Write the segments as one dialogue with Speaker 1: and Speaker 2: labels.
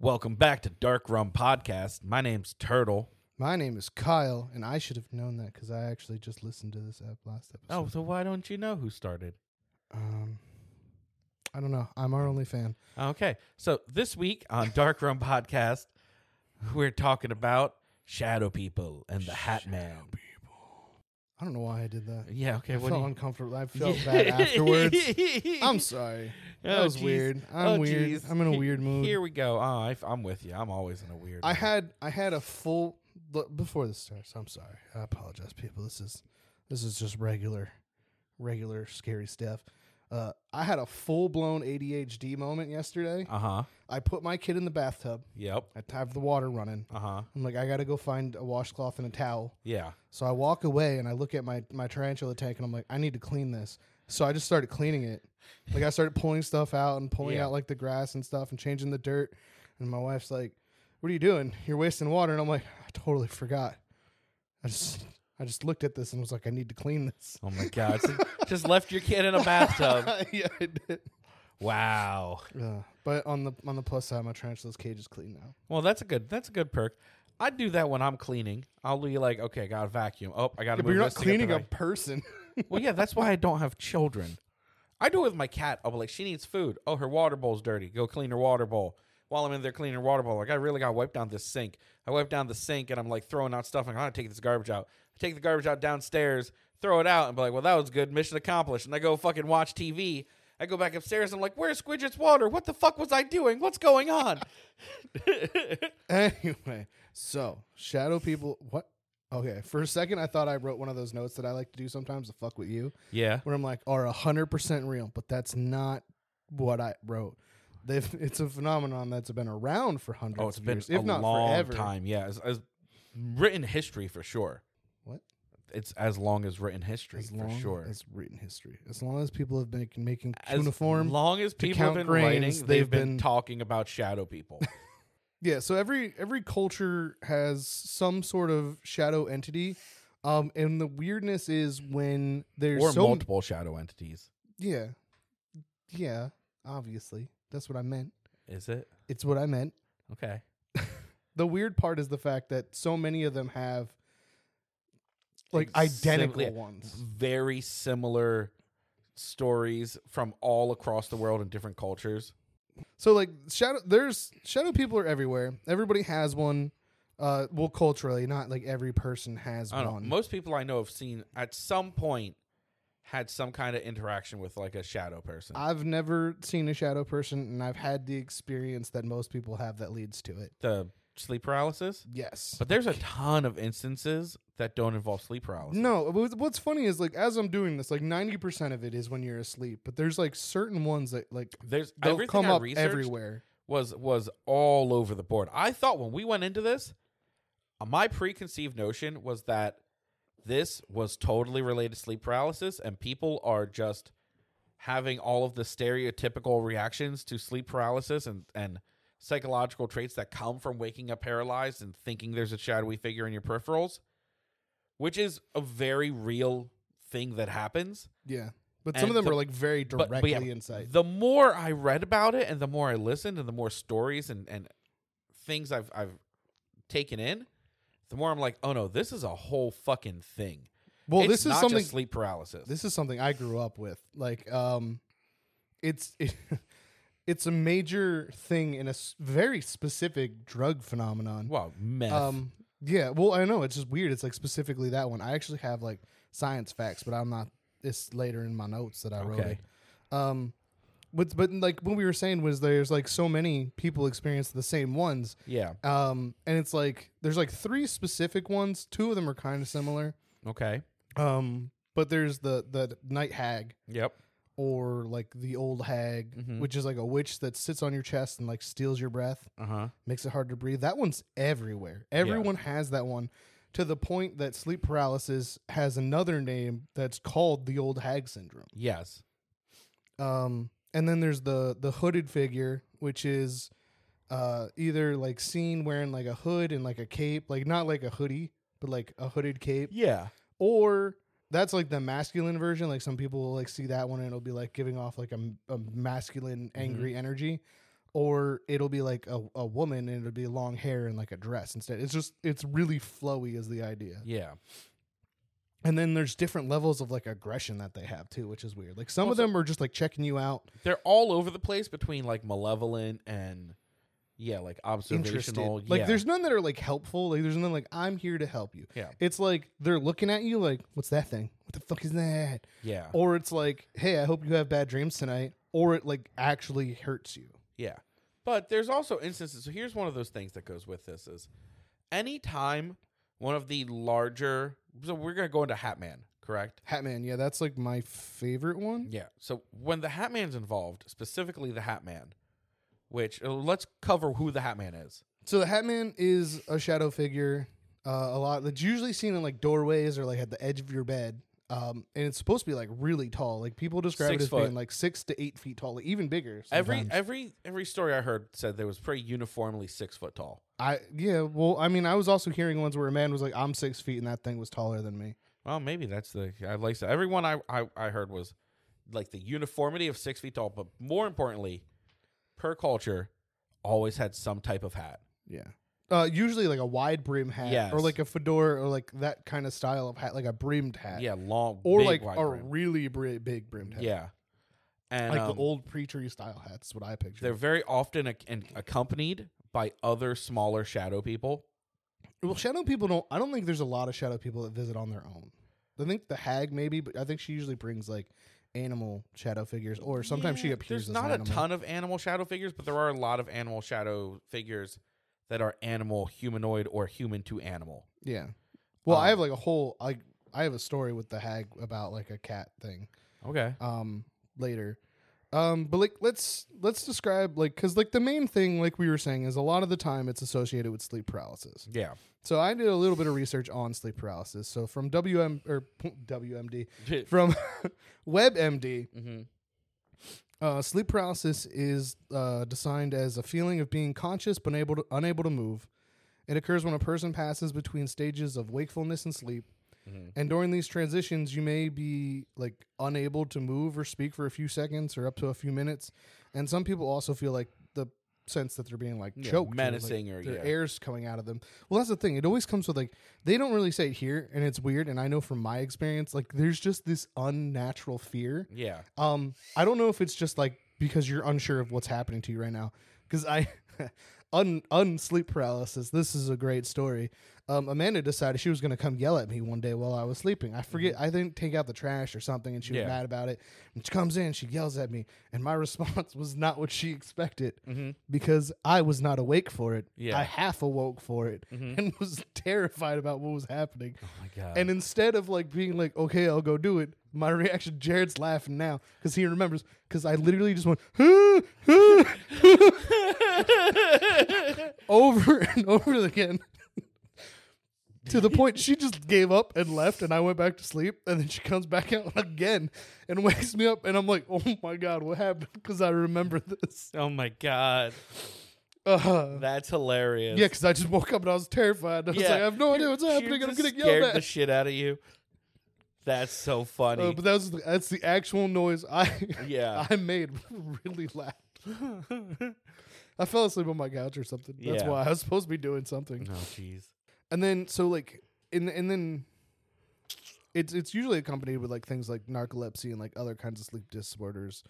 Speaker 1: Welcome back to Dark Rum Podcast. My name's Turtle.
Speaker 2: My name is Kyle, and I should have known that because I actually just listened to this ep- last
Speaker 1: Oh,
Speaker 2: episode.
Speaker 1: so why don't you know who started? Oh.
Speaker 2: Um, I don't know. I'm our only fan.
Speaker 1: Okay. So this week on Dark Rum Podcast, we're talking about shadow people and the Hat Man.
Speaker 2: I don't know why I did that.
Speaker 1: Yeah, okay.
Speaker 2: I
Speaker 1: What
Speaker 2: felt
Speaker 1: do you-
Speaker 2: uncomfortable. I felt bad afterwards. I'm sorry. That
Speaker 1: Oh,
Speaker 2: was
Speaker 1: jeez.
Speaker 2: weird. I'm
Speaker 1: Oh,
Speaker 2: weird.
Speaker 1: jeez.
Speaker 2: I'm in a
Speaker 1: He-
Speaker 2: weird mood.
Speaker 1: Here we go. Oh, I, am with you. I'm always in a weird
Speaker 2: I
Speaker 1: mood.
Speaker 2: had I had a full look, before this starts. I'm sorry. I apologize, people. This is this is just regular, regular scary stuff. Uh, I had a full blown ADHD moment yesterday.
Speaker 1: Uh huh.
Speaker 2: I put my kid in the bathtub.
Speaker 1: Yep.
Speaker 2: I have the water running.
Speaker 1: Uh huh.
Speaker 2: I'm like, I gotta go find a washcloth and a towel.
Speaker 1: Yeah.
Speaker 2: So I walk away and I look at my my tarantula tank and I'm like, I need to clean this. So I just started cleaning it. Like I started pulling stuff out and pulling
Speaker 1: Yeah.
Speaker 2: out like the grass and stuff and changing the dirt. And my wife's like, What are you doing? You're wasting water. And I'm like, I totally forgot. I just I just looked at this and was like, I need to clean this.
Speaker 1: Oh my God. So just left your kid in a bathtub.
Speaker 2: yeah, I did.
Speaker 1: Wow.
Speaker 2: Uh, but on the on the plus side, my tarantula's cage is clean now.
Speaker 1: Well, that's a good that's a good perk. I do that when I'm cleaning. I'll be like, okay, I got to vacuum. Oh, I got to.
Speaker 2: but you're not cleaning a person.
Speaker 1: well, yeah, that's why I don't have children. I do it with my cat. I'll be like, she needs food. Oh, her water bowl's dirty. Go clean her water bowl. While I'm in there cleaning her water bowl, like I really got to wipe down this sink. I wipe down the sink and I'm like throwing out stuff. Like, I gotta take this garbage out. I take the garbage out downstairs, throw it out, and be like, well, that was good. Mission accomplished. And I go fucking watch TV. I go back upstairs. I'm like, where's Squidget's water? What the fuck was I doing? What's going on?
Speaker 2: Anyway, so shadow people. What? Okay, for a second I thought I wrote one of those notes that I like to do sometimes to fuck with you,
Speaker 1: yeah.
Speaker 2: where I'm like, are hundred percent real, but that's not what I wrote. They've, it's a phenomenon that's been around for hundreds.
Speaker 1: Oh, it's
Speaker 2: of
Speaker 1: been
Speaker 2: years,
Speaker 1: a
Speaker 2: if not
Speaker 1: long
Speaker 2: forever.
Speaker 1: time. Yeah, as, as written history for sure.
Speaker 2: What?
Speaker 1: It's as long as written history
Speaker 2: As
Speaker 1: for
Speaker 2: long
Speaker 1: sure.
Speaker 2: as written history, as long as people have been making
Speaker 1: As
Speaker 2: cuneiform.
Speaker 1: long as people have
Speaker 2: count
Speaker 1: been
Speaker 2: grains,
Speaker 1: writing, they've,
Speaker 2: they've
Speaker 1: been,
Speaker 2: been-
Speaker 1: talking about shadow people.
Speaker 2: Yeah, so every every culture has some sort of shadow entity. Um, and the weirdness is when there's
Speaker 1: or
Speaker 2: so
Speaker 1: multiple shadow entities.
Speaker 2: Yeah. Yeah, obviously. That's what I meant.
Speaker 1: Is it?
Speaker 2: It's what I meant.
Speaker 1: Okay.
Speaker 2: The weird part is the fact that so many of them have like
Speaker 1: Ex-
Speaker 2: identical
Speaker 1: simply-
Speaker 2: ones.
Speaker 1: Very similar stories from all across the world in different cultures.
Speaker 2: So like shadow there's shadow people are everywhere. Everybody has one. Uh well culturally, not like every person has
Speaker 1: I don't know.
Speaker 2: one.
Speaker 1: Most people I know have seen at some point had some kind of interaction with like a shadow person.
Speaker 2: I've never seen a shadow person and I've had the experience that most people have that leads to it.
Speaker 1: the sleep paralysis.
Speaker 2: Yes.
Speaker 1: But there's a ton of instances that don't involve sleep paralysis.
Speaker 2: No, but what's funny is like as I'm doing this, like ninety percent of it is when you're asleep, but there's like certain ones that like
Speaker 1: there's
Speaker 2: they'll
Speaker 1: everything
Speaker 2: come
Speaker 1: I
Speaker 2: up
Speaker 1: researched
Speaker 2: everywhere.
Speaker 1: Was was all over the board. I thought when we went into this, uh, my preconceived notion was that this was totally related to sleep paralysis, and people are just having all of the stereotypical reactions to sleep paralysis and and psychological traits that come from waking up paralyzed and thinking there's a shadowy figure in your peripherals, which is a very real thing that happens.
Speaker 2: Yeah, but some of
Speaker 1: And
Speaker 2: them
Speaker 1: the-
Speaker 2: are like very
Speaker 1: but-
Speaker 2: directly
Speaker 1: but yeah,
Speaker 2: in sight.
Speaker 1: The more I read about it and the more I listened and the more stories and, and things I've I've taken in, the more I'm like, oh no, this is a whole fucking thing.
Speaker 2: Well,
Speaker 1: It's
Speaker 2: this is
Speaker 1: not
Speaker 2: something.
Speaker 1: just sleep paralysis.
Speaker 2: This is something I grew up with. Like, um, it's it, it's a major thing in a s- very specific drug phenomenon.
Speaker 1: well, meth.
Speaker 2: Um, Yeah, well, I know it's just weird. It's like specifically that one. I actually have like science facts, but I'm not. It's later in my notes that I wrote
Speaker 1: Okay.
Speaker 2: it. Um, but but like what we were saying was there's like so many people experience the same ones.
Speaker 1: Yeah.
Speaker 2: Um, and it's like there's like three specific ones. Two of them are kind of similar.
Speaker 1: Okay.
Speaker 2: Um, but there's the the night hag
Speaker 1: Yep.
Speaker 2: or like the old hag,
Speaker 1: Mhm.
Speaker 2: which is like a witch that sits on your chest and like steals your breath
Speaker 1: Uh huh.
Speaker 2: makes it hard to breathe. That one's everywhere. Everyone has that one to the point that sleep paralysis has another name that's called the old hag syndrome.
Speaker 1: Yes.
Speaker 2: Um, and then there's the the hooded figure, which is uh, either like seen wearing like a hood and like a cape, like not like a hoodie, but like a hooded cape,
Speaker 1: Yeah.
Speaker 2: or that's like the masculine version. Like some people will like see that one and it'll be like giving off like a, m- a masculine angry
Speaker 1: Mm-hmm.
Speaker 2: energy, or it'll be like a, a woman and it'll be long hair and like a dress instead. It's just it's really flowy is the idea.
Speaker 1: Yeah.
Speaker 2: And then there's different levels of like aggression that they have too, which is weird. Like some
Speaker 1: Well,
Speaker 2: of
Speaker 1: so-
Speaker 2: them are just like checking you out,
Speaker 1: They're all over the place between like malevolent and yeah, like
Speaker 2: interested.
Speaker 1: observational.
Speaker 2: Like
Speaker 1: yeah.
Speaker 2: there's none that are like helpful. Like there's none like I'm here to help you.
Speaker 1: Yeah.
Speaker 2: It's like they're looking at you like, what's that thing? What the fuck is that?
Speaker 1: yeah.
Speaker 2: or it's like, hey, I hope you have bad dreams tonight, or it like actually hurts you.
Speaker 1: Yeah. But there's also instances. So here's one of those things that goes with this is anytime one of the larger so we're gonna go into Hatman, correct?
Speaker 2: Hatman, yeah, that's like my favorite one.
Speaker 1: Yeah. So when the Hatman's involved, specifically the Hatman, which uh, let's cover who the Hatman is.
Speaker 2: So the Hatman is a shadow figure, uh, a lot that's usually seen in like doorways or like at the edge of your bed. Um, and it's supposed to be like really tall. Like people describe
Speaker 1: Six
Speaker 2: it as
Speaker 1: foot.
Speaker 2: being like six to eight feet tall, like, even bigger.
Speaker 1: Every
Speaker 2: sometimes.
Speaker 1: every every story I heard said they was pretty uniformly six foot tall.
Speaker 2: I yeah, well, I mean, I was also hearing ones where a man was like, "I'm six feet," and that thing was taller than me.
Speaker 1: Well, maybe that's the I like so everyone I, I I heard was like the uniformity of six feet tall, but more importantly, per culture, always had some type of hat.
Speaker 2: Yeah. Uh, usually like a wide brim hat or
Speaker 1: Yes.
Speaker 2: like a fedora or like that kind of style of hat, like a brimmed hat.
Speaker 1: Yeah, long
Speaker 2: or
Speaker 1: big
Speaker 2: like
Speaker 1: wide
Speaker 2: a
Speaker 1: brim.
Speaker 2: really bri- big brimmed hat.
Speaker 1: yeah, and
Speaker 2: like
Speaker 1: um,
Speaker 2: the old pre-tree style hats. What I picture.
Speaker 1: they're very often ac- and accompanied by other smaller shadow people.
Speaker 2: Well, shadow people don't. I don't think there's a lot of shadow people that visit on their own. I think the hag maybe, but I think she usually brings like animal shadow figures, or sometimes she
Speaker 1: Yeah,
Speaker 2: appears.
Speaker 1: There's
Speaker 2: as
Speaker 1: not
Speaker 2: an
Speaker 1: a
Speaker 2: animal.
Speaker 1: ton of animal shadow figures, but there are a lot of animal shadow figures that are animal, humanoid, or human to animal.
Speaker 2: Yeah. Well,
Speaker 1: Um,
Speaker 2: I have like a whole like I have a story with the hag about like a cat thing.
Speaker 1: Okay.
Speaker 2: um later um but like let's let's describe like because like the main thing like we were saying is a lot of the time it's associated with sleep paralysis
Speaker 1: Yeah.
Speaker 2: so i did a little bit of research on sleep paralysis so from wm or wmd from webmd
Speaker 1: hmm
Speaker 2: uh, sleep paralysis is uh, designed as a feeling of being conscious but unable to, unable to move. It occurs when a person passes between stages of wakefulness and sleep.
Speaker 1: Mhm.
Speaker 2: And during these transitions, you may be like unable to move or speak for a few seconds or up to a few minutes. And some people also feel like the sense that they're being like
Speaker 1: Yeah,
Speaker 2: choked, or, like,
Speaker 1: menacing or,
Speaker 2: their
Speaker 1: yeah.
Speaker 2: air's coming out of them. Well, that's the thing. It always comes with like they don't really say it here, and it's weird. And I know from my experience, like there's just this unnatural fear
Speaker 1: Yeah.
Speaker 2: um, I don't know if it's just like because you're unsure of what's happening to you right now. Because I, un unsleep paralysis. This is a great story. Um, Amanda decided she was going to come yell at me one day while I was sleeping. I forget. I didn't take out the trash or something, and she was
Speaker 1: Mm-hmm. Yeah.
Speaker 2: mad about it. And she comes in, she yells at me, and my response was not what she expected because I was not awake for it.
Speaker 1: Mm-hmm. Yeah. Mm-hmm.
Speaker 2: I half awoke for it and was terrified about what was happening.
Speaker 1: Oh my god.
Speaker 2: And instead of like being like, okay, I'll go do it, my reaction, Jared's laughing now because he remembers because I literally just went "Huh, huh, huh," over and over again to the point she just gave up and left, and I went back to sleep. And then she comes back out again and wakes me up, and I'm like, oh my god, what happened? Because I remember this.
Speaker 1: oh my god.
Speaker 2: Uh,
Speaker 1: That's hilarious.
Speaker 2: yeah, because I just woke up and I was terrified. I was
Speaker 1: Yeah.
Speaker 2: like, I have no idea what's
Speaker 1: She
Speaker 2: happening. and I'm
Speaker 1: just
Speaker 2: getting yelled
Speaker 1: scared
Speaker 2: at.
Speaker 1: the shit out of you. That's so funny.
Speaker 2: Uh, but that was the, that's the actual noise I
Speaker 1: Yeah.
Speaker 2: I made really loud. I fell asleep on my couch or something. That's
Speaker 1: Yeah.
Speaker 2: why I was supposed to be doing something.
Speaker 1: oh jeez.
Speaker 2: And then so like and and then it's it's usually accompanied with like things like narcolepsy and like other kinds of sleep disorders.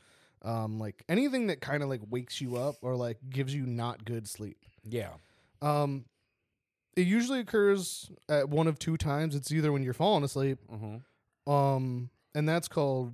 Speaker 2: Um like anything that kind of like wakes you up or like gives you not good sleep.
Speaker 1: Yeah.
Speaker 2: Um it usually occurs at one of two times. It's either when you're falling asleep,
Speaker 1: Mm-hmm.
Speaker 2: um, and that's called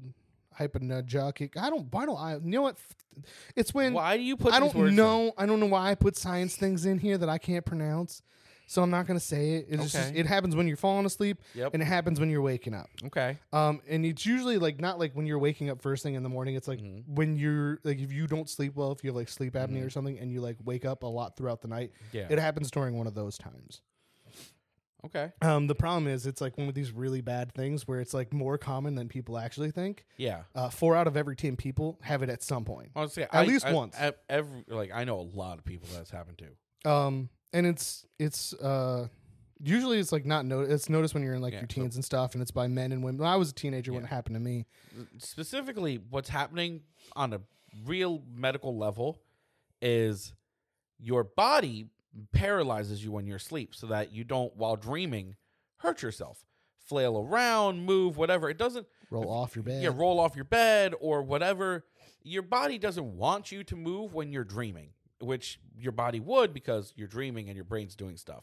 Speaker 2: hypnagogic. I don't. Why don't I? You know what? F- It's when
Speaker 1: Why do you put?
Speaker 2: I
Speaker 1: these
Speaker 2: don't
Speaker 1: words in?
Speaker 2: know. I don't know why I put science things in here that I can't pronounce. So I'm not gonna say it. It's just
Speaker 1: Okay.
Speaker 2: it happens when you're falling asleep,
Speaker 1: Yep.
Speaker 2: and it happens when you're waking up.
Speaker 1: Okay.
Speaker 2: Um, and it's usually like not like when you're waking up first thing in the morning. It's like
Speaker 1: Mm-hmm.
Speaker 2: when you're like if you don't sleep well, if you have like sleep apnea or something, and you like wake up a lot throughout the night.
Speaker 1: Yeah.
Speaker 2: It happens during one of those times.
Speaker 1: Okay.
Speaker 2: Um, the problem is it's like one of these really bad things where it's like more common than people actually think.
Speaker 1: Yeah.
Speaker 2: Uh, four out of every ten people have it at some point.
Speaker 1: I was gonna say,
Speaker 2: At
Speaker 1: I-
Speaker 2: least
Speaker 1: I-
Speaker 2: once.
Speaker 1: ev- Every like I know a lot of people that's happened to.
Speaker 2: Um, and it's it's uh, usually it's like not no it's noticed when you're in like
Speaker 1: Yeah,
Speaker 2: your
Speaker 1: so-
Speaker 2: teens and stuff, and it's by men and women. When I was a teenager when it
Speaker 1: Yeah.
Speaker 2: happened to me.
Speaker 1: Specifically, what's happening on a real medical level is your body paralyzes you when you're asleep, so that you don't, while dreaming, hurt yourself, flail around, move, whatever. It doesn't.
Speaker 2: Roll off your bed.
Speaker 1: yeah, roll off your bed or whatever. Your body doesn't want you to move when you're dreaming, which your body would because you're dreaming and your brain's doing stuff.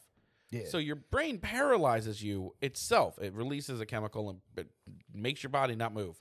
Speaker 2: Yeah.
Speaker 1: So your brain paralyzes you itself. It releases a chemical and it makes your body not move.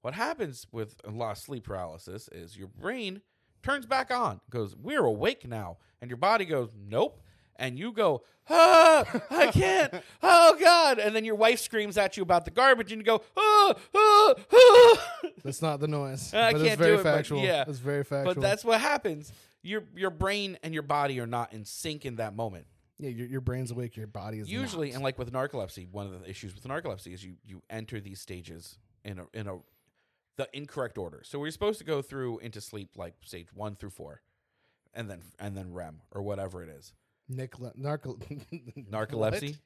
Speaker 1: What happens with a lot of sleep paralysis is your brain turns back on, goes, We're awake now. And your body goes, Nope. And you go, ah, I can't. Oh, God. And then your wife screams at you about the garbage and you go, ah, ah, ah.
Speaker 2: That's not the noise.
Speaker 1: I
Speaker 2: but it's
Speaker 1: can't do
Speaker 2: very
Speaker 1: it, but
Speaker 2: factual.
Speaker 1: yeah.
Speaker 2: It's very factual.
Speaker 1: But that's what happens. Your, your brain and your body are not in sync in that moment.
Speaker 2: yeah, your, your brain's awake, your body is
Speaker 1: usually
Speaker 2: not.
Speaker 1: and like with narcolepsy one of the issues with narcolepsy is you you enter these stages in a in a the incorrect order so we're supposed to go through into sleep like stage one through four and then and then rem or whatever it is
Speaker 2: Nicole- narco-
Speaker 1: narcolepsy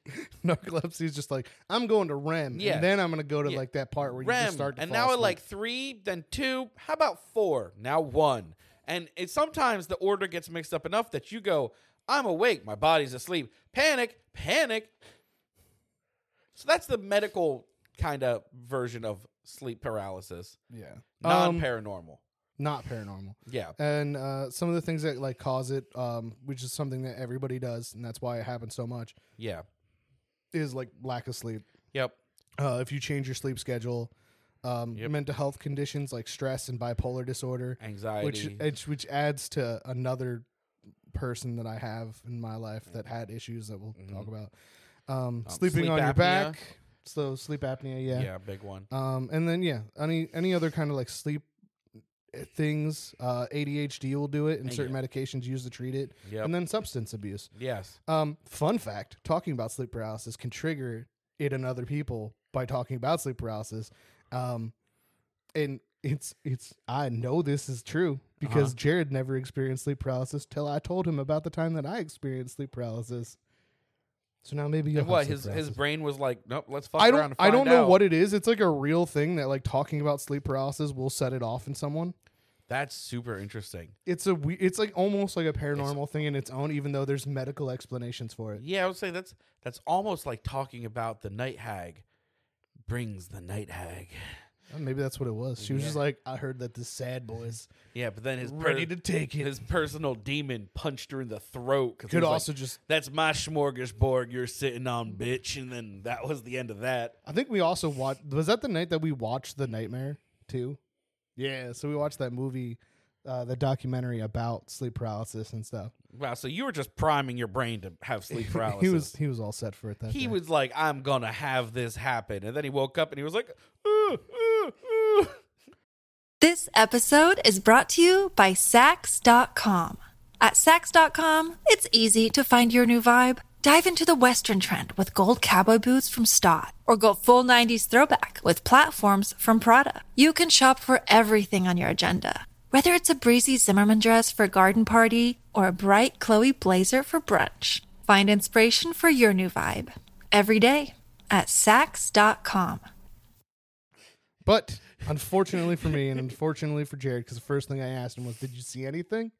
Speaker 2: What? Narcolepsy is just like I'm going to REM,
Speaker 1: Yeah.
Speaker 2: and then I'm going to go to
Speaker 1: Yeah.
Speaker 2: like that part where you
Speaker 1: rem
Speaker 2: just start to
Speaker 1: and
Speaker 2: fall
Speaker 1: now at
Speaker 2: asleep.
Speaker 1: like three then two how about four now one and it sometimes the order gets mixed up enough that you go i'm awake my body's asleep panic panic so that's the medical kind of version of sleep paralysis
Speaker 2: yeah,
Speaker 1: non
Speaker 2: Um,
Speaker 1: paranormal.
Speaker 2: not paranormal.
Speaker 1: yeah.
Speaker 2: And uh, some of the things that like cause it, um, which is something that everybody does, and that's why it happens so much,
Speaker 1: Yeah.
Speaker 2: is like lack of sleep.
Speaker 1: Yep.
Speaker 2: Uh, if you change your sleep schedule, um,
Speaker 1: Yep.
Speaker 2: mental health conditions like stress and bipolar disorder,
Speaker 1: Anxiety.
Speaker 2: Which, which which adds to another person that I have in my life that had issues that we'll talk about. Um,
Speaker 1: Mm-hmm.
Speaker 2: sleeping
Speaker 1: sleep
Speaker 2: on your
Speaker 1: apnea.
Speaker 2: back, so sleep apnea, yeah.
Speaker 1: yeah. Big one.
Speaker 2: Um, and then yeah, any any other kind of like sleep uh, things. Uh, ADHD will do it, and
Speaker 1: Yeah.
Speaker 2: certain medications used to treat it,
Speaker 1: Yep.
Speaker 2: and then substance abuse.
Speaker 1: yes.
Speaker 2: Um, fun fact: talking about sleep paralysis can trigger it in other people by talking about sleep paralysis. Um, and it's it's I know this is true
Speaker 1: Uh-huh.
Speaker 2: because Jared never experienced sleep paralysis till I told him about the time that I experienced sleep paralysis. So now maybe you'll
Speaker 1: And what
Speaker 2: have sleep
Speaker 1: his his
Speaker 2: paralysis.
Speaker 1: brain was like, nope, let's fuck
Speaker 2: I
Speaker 1: around
Speaker 2: don't
Speaker 1: and
Speaker 2: I
Speaker 1: find
Speaker 2: don't know
Speaker 1: out."
Speaker 2: what it is. It's like a real thing that like talking about sleep paralysis will set it off in someone.
Speaker 1: That's super interesting.
Speaker 2: It's a we, it's like almost like a paranormal thing in its own, even though there's medical explanations for it.
Speaker 1: Yeah, I would say that's that's almost like talking about the night hag brings the night hag.
Speaker 2: Uh, Maybe that's what it was. She was just
Speaker 1: Yeah.
Speaker 2: like, I heard that this sad boy is
Speaker 1: Yeah, but then his per-
Speaker 2: ready to take it.
Speaker 1: his personal demon punched her in the throat. 'cause he
Speaker 2: Could
Speaker 1: was like,
Speaker 2: also just.
Speaker 1: that's my smorgasbord you're sitting on, bitch. And then that was the end of that.
Speaker 2: I think we also watched. Was that the night that we watched The Nightmare too? Yeah. So we watched that movie, uh, the documentary about sleep paralysis and stuff.
Speaker 1: Wow, so you were just priming your brain to have sleep paralysis.
Speaker 2: he was he was all set for it. That
Speaker 1: he
Speaker 2: day.
Speaker 1: was like, "I'm gonna have this happen," and then he woke up and he was like, "Ooh, ooh, ooh."
Speaker 3: This episode is brought to you by Sax.com. At Sax.com, it's easy to find your new vibe. Dive into the Western trend with gold cowboy boots from Stott, or go full 90s throwback with platforms from Prada. You can shop for everything on your agenda, whether it's a breezy Zimmerman dress for a garden party or a bright Chloe blazer for brunch. Find inspiration for your new vibe every day at Sax.com.
Speaker 2: But unfortunately for me, and unfortunately for Jared, because the first thing I asked him was, "Did you see anything?"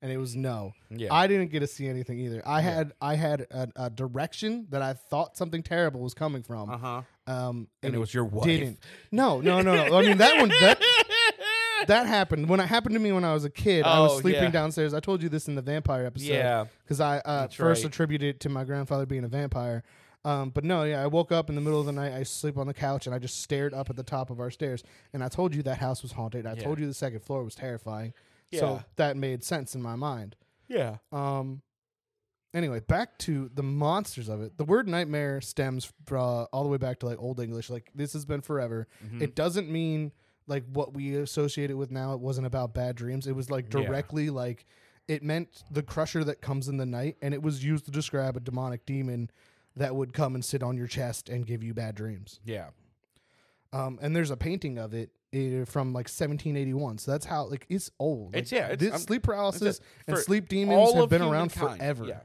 Speaker 2: And it was no.
Speaker 1: Yeah.
Speaker 2: I didn't get to see anything either. I had I had a, a direction that I thought something terrible was coming from.
Speaker 1: Uh huh.
Speaker 2: Um,
Speaker 1: And it was your wife.
Speaker 2: Didn't. No, no, no, no. I mean that one. That that happened when it happened to me when I was a kid. I was
Speaker 1: Oh,
Speaker 2: sleeping
Speaker 1: yeah.
Speaker 2: downstairs. I told you this in the vampire episode.
Speaker 1: Yeah.
Speaker 2: because I uh,
Speaker 1: That's
Speaker 2: first
Speaker 1: right.
Speaker 2: attributed it to my grandfather being a vampire. Um, but no, yeah, I woke up in the middle of the night. I sleep on the couch and I just stared up at the top of our stairs. And I told you that house was haunted. I
Speaker 1: Yeah.
Speaker 2: told you the second floor was terrifying.
Speaker 1: Yeah.
Speaker 2: So that made sense in my mind.
Speaker 1: Yeah.
Speaker 2: Um. Anyway, back to the monsters of it. The word nightmare stems from all the way back to like Old English. Like this has been forever.
Speaker 1: Mm-hmm.
Speaker 2: It doesn't mean like what we associate it with now. It wasn't about bad dreams. It was like
Speaker 1: Yeah.
Speaker 2: directly like it meant the crusher that comes in the night, and it was used to describe a demonic demon that would come and sit on your chest and give you bad dreams.
Speaker 1: Yeah.
Speaker 2: Um, and there's a painting of it eh, from like 1781. So that's how like it's old. Like,
Speaker 1: It's- yeah, it's-
Speaker 2: this
Speaker 1: I'm-
Speaker 2: sleep
Speaker 1: That's
Speaker 2: paralysis
Speaker 1: it.
Speaker 2: and
Speaker 1: For
Speaker 2: sleep demons
Speaker 1: all
Speaker 2: have
Speaker 1: of
Speaker 2: been around
Speaker 1: humankind.
Speaker 2: forever.
Speaker 1: Yeah.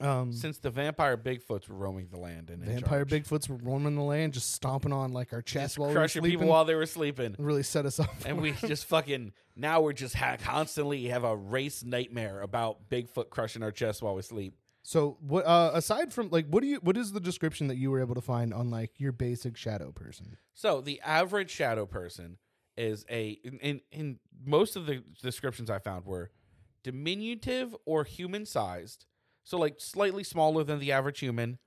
Speaker 2: Um,
Speaker 1: Since the vampire Bigfoots were roaming the land and in
Speaker 2: vampire
Speaker 1: charge.
Speaker 2: Bigfoots were roaming the land, just stomping on like our chest
Speaker 1: just
Speaker 2: while we were
Speaker 1: crushing
Speaker 2: sleeping.
Speaker 1: people while they were sleeping.
Speaker 2: really set us up.
Speaker 1: and we just fucking now we're just ha- constantly have a race nightmare about Bigfoot crushing our chest while we sleep.
Speaker 2: so, what uh, aside from like, what do you? What is the description that you were able to find on like your basic shadow person?
Speaker 1: So the average shadow person is a in in, in most of the descriptions I found were diminutive or human sized, so like slightly smaller than the average human.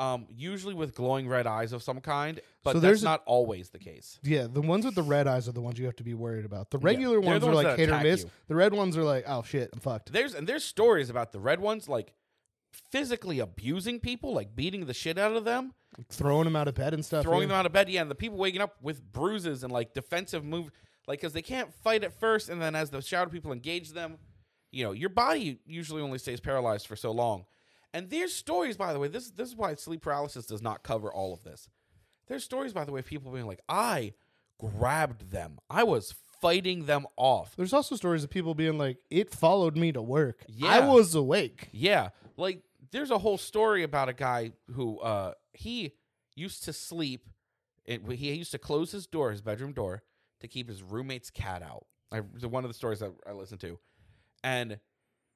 Speaker 1: Um, usually with glowing red eyes of some kind, but
Speaker 2: Hmm. So there's
Speaker 1: that's
Speaker 2: a-
Speaker 1: not always the case.
Speaker 2: Yeah, the ones with the red eyes are the ones you have to be worried about. The regular
Speaker 1: They're
Speaker 2: ones
Speaker 1: the
Speaker 2: are
Speaker 1: ones
Speaker 2: like
Speaker 1: that
Speaker 2: hit or
Speaker 1: attack
Speaker 2: miss.
Speaker 1: you.
Speaker 2: The red ones are like, oh shit, I'm fucked.
Speaker 1: There's and there's stories about the red ones like physically abusing people, like beating the shit out of them,
Speaker 2: throwing them out of bed and stuff.
Speaker 1: throwing
Speaker 2: yeah.
Speaker 1: them out of bed. Yeah, and the people waking up with bruises and like defensive move, like because they can't fight at first, and then as the shadow people engage them, you know, your body usually only stays paralyzed for so long. And there's stories, by the way. This this is why sleep paralysis does not cover all of this. There's stories, by the way, of people being like, I grabbed them, I was fighting them off.
Speaker 2: There's also stories of people being like, it followed me to work. I
Speaker 1: Yeah.
Speaker 2: was awake.
Speaker 1: Yeah. Like there's a whole story about a guy who uh he used to sleep it, he used to close his door, his bedroom door, to keep his roommate's cat out. I one of the stories that I listened to. And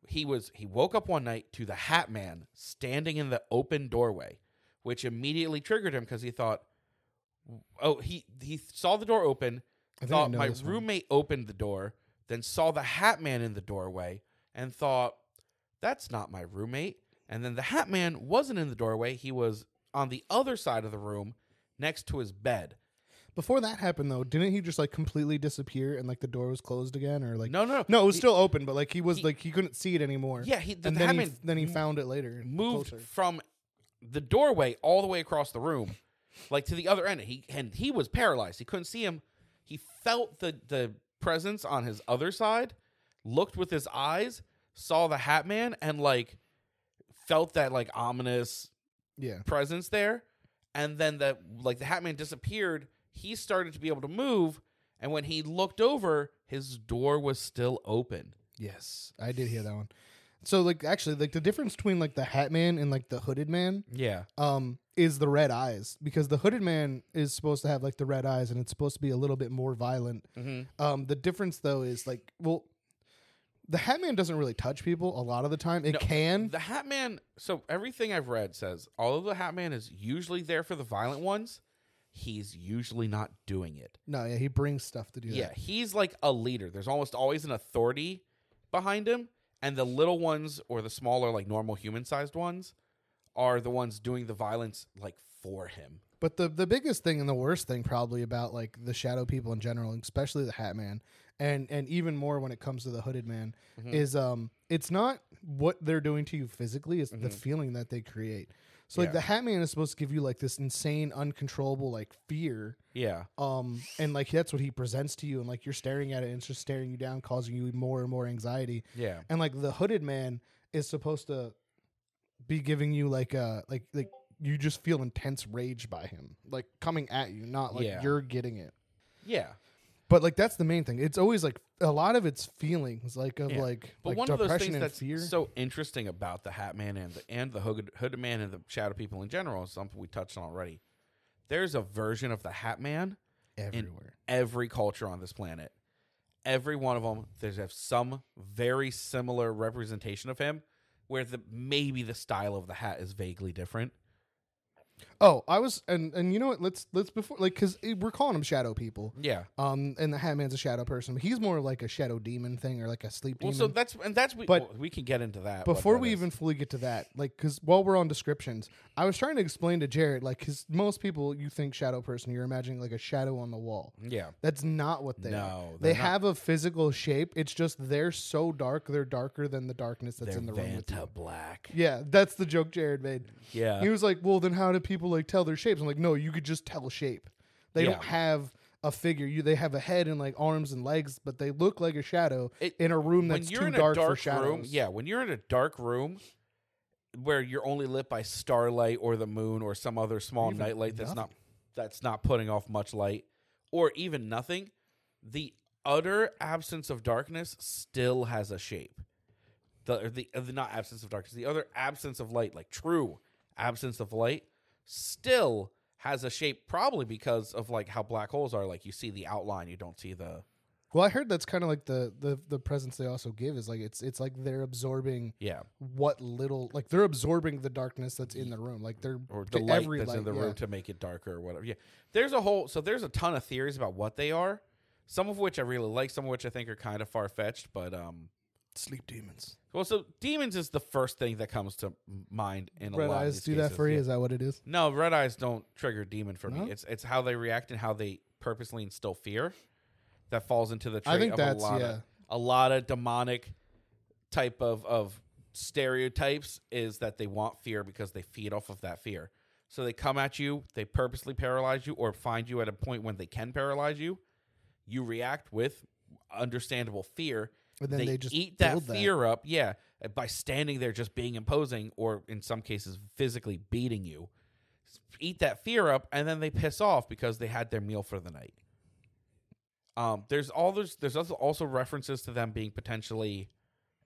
Speaker 1: he was he woke up one night to the hat man standing in the open doorway, which immediately triggered him because he thought oh he he saw the door open,
Speaker 2: I think I
Speaker 1: thought
Speaker 2: know
Speaker 1: my
Speaker 2: this one.
Speaker 1: roommate opened the door, then saw the hat man in the doorway and thought that's not my roommate. And then the hat man wasn't in the doorway. He was on the other side of the room next to his bed.
Speaker 2: Before that happened though, didn't he just like completely disappear and like the door was closed again or like
Speaker 1: No, no,
Speaker 2: No, it was
Speaker 1: He
Speaker 2: still open, but like he was
Speaker 1: he-
Speaker 2: like he couldn't see it anymore.
Speaker 1: Yeah, he- the
Speaker 2: and then he,
Speaker 1: Batman
Speaker 2: then he
Speaker 1: m-
Speaker 2: found it later. and
Speaker 1: moved
Speaker 2: closer.
Speaker 1: from the doorway all the way across the room, like to the other end. He and he was paralyzed. He couldn't see him. He felt the the presence on his other side. Looked with his eyes, saw the hat man, and like felt that like ominous
Speaker 2: Yeah.
Speaker 1: presence there and then the like the hat man disappeared he started to be able to move and when he looked over his door was still open
Speaker 2: Yes. I did hear that one. So like actually like the difference between like the hat man and like the hooded man
Speaker 1: yeah
Speaker 2: um is the red eyes because the hooded man is supposed to have like the red eyes and it's supposed to be a little bit more violent.
Speaker 1: Mm-hmm.
Speaker 2: Um the difference though is like well the hat man doesn't really touch people a lot of the time. It
Speaker 1: No,
Speaker 2: can.
Speaker 1: the hat man so everything i've read says although the hat man is usually there for the violent ones he's usually not doing it
Speaker 2: no, yeah, he brings stuff to do
Speaker 1: yeah
Speaker 2: that.
Speaker 1: he's like a leader there's almost always an authority behind him and the little ones or the smaller like normal human sized ones are the ones doing the violence like for him
Speaker 2: But the the biggest thing and the worst thing probably about like the shadow people in general, and especially the Hat Man, and and even more when it comes to the Hooded Man, is um it's not what they're doing to you physically, it's the feeling that they create. So like
Speaker 1: Yeah.
Speaker 2: the Hat Man is supposed to give you like this insane, uncontrollable like fear,
Speaker 1: yeah
Speaker 2: um, and like that's what he presents to you, and like you're staring at it, and it's just staring you down, causing you more and more anxiety
Speaker 1: yeah
Speaker 2: and like the hooded man is supposed to be giving you like uh like like you just feel intense rage by him like coming at you not like
Speaker 1: Yeah.
Speaker 2: you're getting it
Speaker 1: yeah
Speaker 2: but like that's the main thing it's always like a lot of it's feelings like of
Speaker 1: Yeah.
Speaker 2: like
Speaker 1: But
Speaker 2: like
Speaker 1: one of
Speaker 2: depression
Speaker 1: those things
Speaker 2: and
Speaker 1: that's
Speaker 2: fear
Speaker 1: so interesting about the Hat Man and the and the Hooded, hooded Man and the Shadow People in general is something we touched on already. There's a version of the Hat Man
Speaker 2: everywhere
Speaker 1: in every culture on this planet. Every one of them, there's have some very similar representation of him, where the maybe the style of the hat is vaguely different.
Speaker 2: Oh, I was, and and you know what? Let's let's before like because we're calling them shadow people.
Speaker 1: Yeah.
Speaker 2: Um, and the Hat Man's a shadow person. He's more like a shadow demon thing or like a sleep
Speaker 1: Well,
Speaker 2: demon.
Speaker 1: so that's and that's we,
Speaker 2: But
Speaker 1: well, we can get into that what
Speaker 2: before
Speaker 1: that
Speaker 2: we
Speaker 1: is.
Speaker 2: even fully get to that, like, because while we're on descriptions, I was trying to explain to Jared, like, because most people you think shadow person, you're imagining like a shadow on the wall.
Speaker 1: yeah
Speaker 2: That's not what they are.
Speaker 1: No,
Speaker 2: They
Speaker 1: they're not.
Speaker 2: have a physical shape. It's just they're so dark, they're darker than the darkness that's
Speaker 1: they're
Speaker 2: in the room. With you.
Speaker 1: Vanta Black.
Speaker 2: Yeah, that's the joke Jared made.
Speaker 1: Yeah.
Speaker 2: He was like, "Well, then how do people like tell their shapes?" I'm like, "No, you could just tell shape. They don't
Speaker 1: Yeah.
Speaker 2: have a figure. You they have a head and like arms and legs, but they look like a shadow
Speaker 1: It-
Speaker 2: in a room
Speaker 1: when
Speaker 2: that's
Speaker 1: you're
Speaker 2: too
Speaker 1: in a
Speaker 2: dark,
Speaker 1: dark,
Speaker 2: for shadows."
Speaker 1: room, yeah, when you're in a dark room where you're only lit by starlight or the moon or some other small
Speaker 2: even
Speaker 1: nightlight that's not
Speaker 2: nothing.
Speaker 1: that's not putting off much light or even nothing, the utter absence of darkness still has a shape. The or the, uh, the not absence of darkness, the other absence of light, like true absence of light, still has a shape probably because of like how black holes are like you see the outline you don't see the
Speaker 2: Well, I heard that's kind of like the, the the presence they also give is like it's it's like they're absorbing
Speaker 1: yeah
Speaker 2: what little like they're absorbing the darkness that's in the room. Like they're
Speaker 1: or
Speaker 2: to
Speaker 1: the light
Speaker 2: every
Speaker 1: that's in the
Speaker 2: yeah.
Speaker 1: room to make it darker or whatever. Yeah, there's a whole so there's a ton of theories about what they are. Some of which I really like, some of which I think are kind of far fetched. But um,
Speaker 2: Sleep demons.
Speaker 1: well, so demons is the first thing that comes to m- mind in a
Speaker 2: Red
Speaker 1: lot
Speaker 2: eyes
Speaker 1: of these
Speaker 2: do that
Speaker 1: cases.
Speaker 2: for you.
Speaker 1: Yeah.
Speaker 2: Is that what it is?
Speaker 1: No, red eyes don't trigger demon for
Speaker 2: No?
Speaker 1: me. It's it's how they react and how they purposely instill fear. That falls into the trait
Speaker 2: I think
Speaker 1: of
Speaker 2: that's
Speaker 1: a lot
Speaker 2: yeah.
Speaker 1: of a lot of demonic type of of stereotypes is that they want fear because they feed off of that fear. So they come at you, they purposely paralyze you or find you at a point when they can paralyze you. You react with understandable fear.
Speaker 2: But then they just
Speaker 1: eat that
Speaker 2: build that.
Speaker 1: fear up, yeah, uh, by standing there just being imposing or in some cases physically beating you. Eat that fear up and then they piss off because they had their meal for the night. Um, there's all there's there's also also references to them being potentially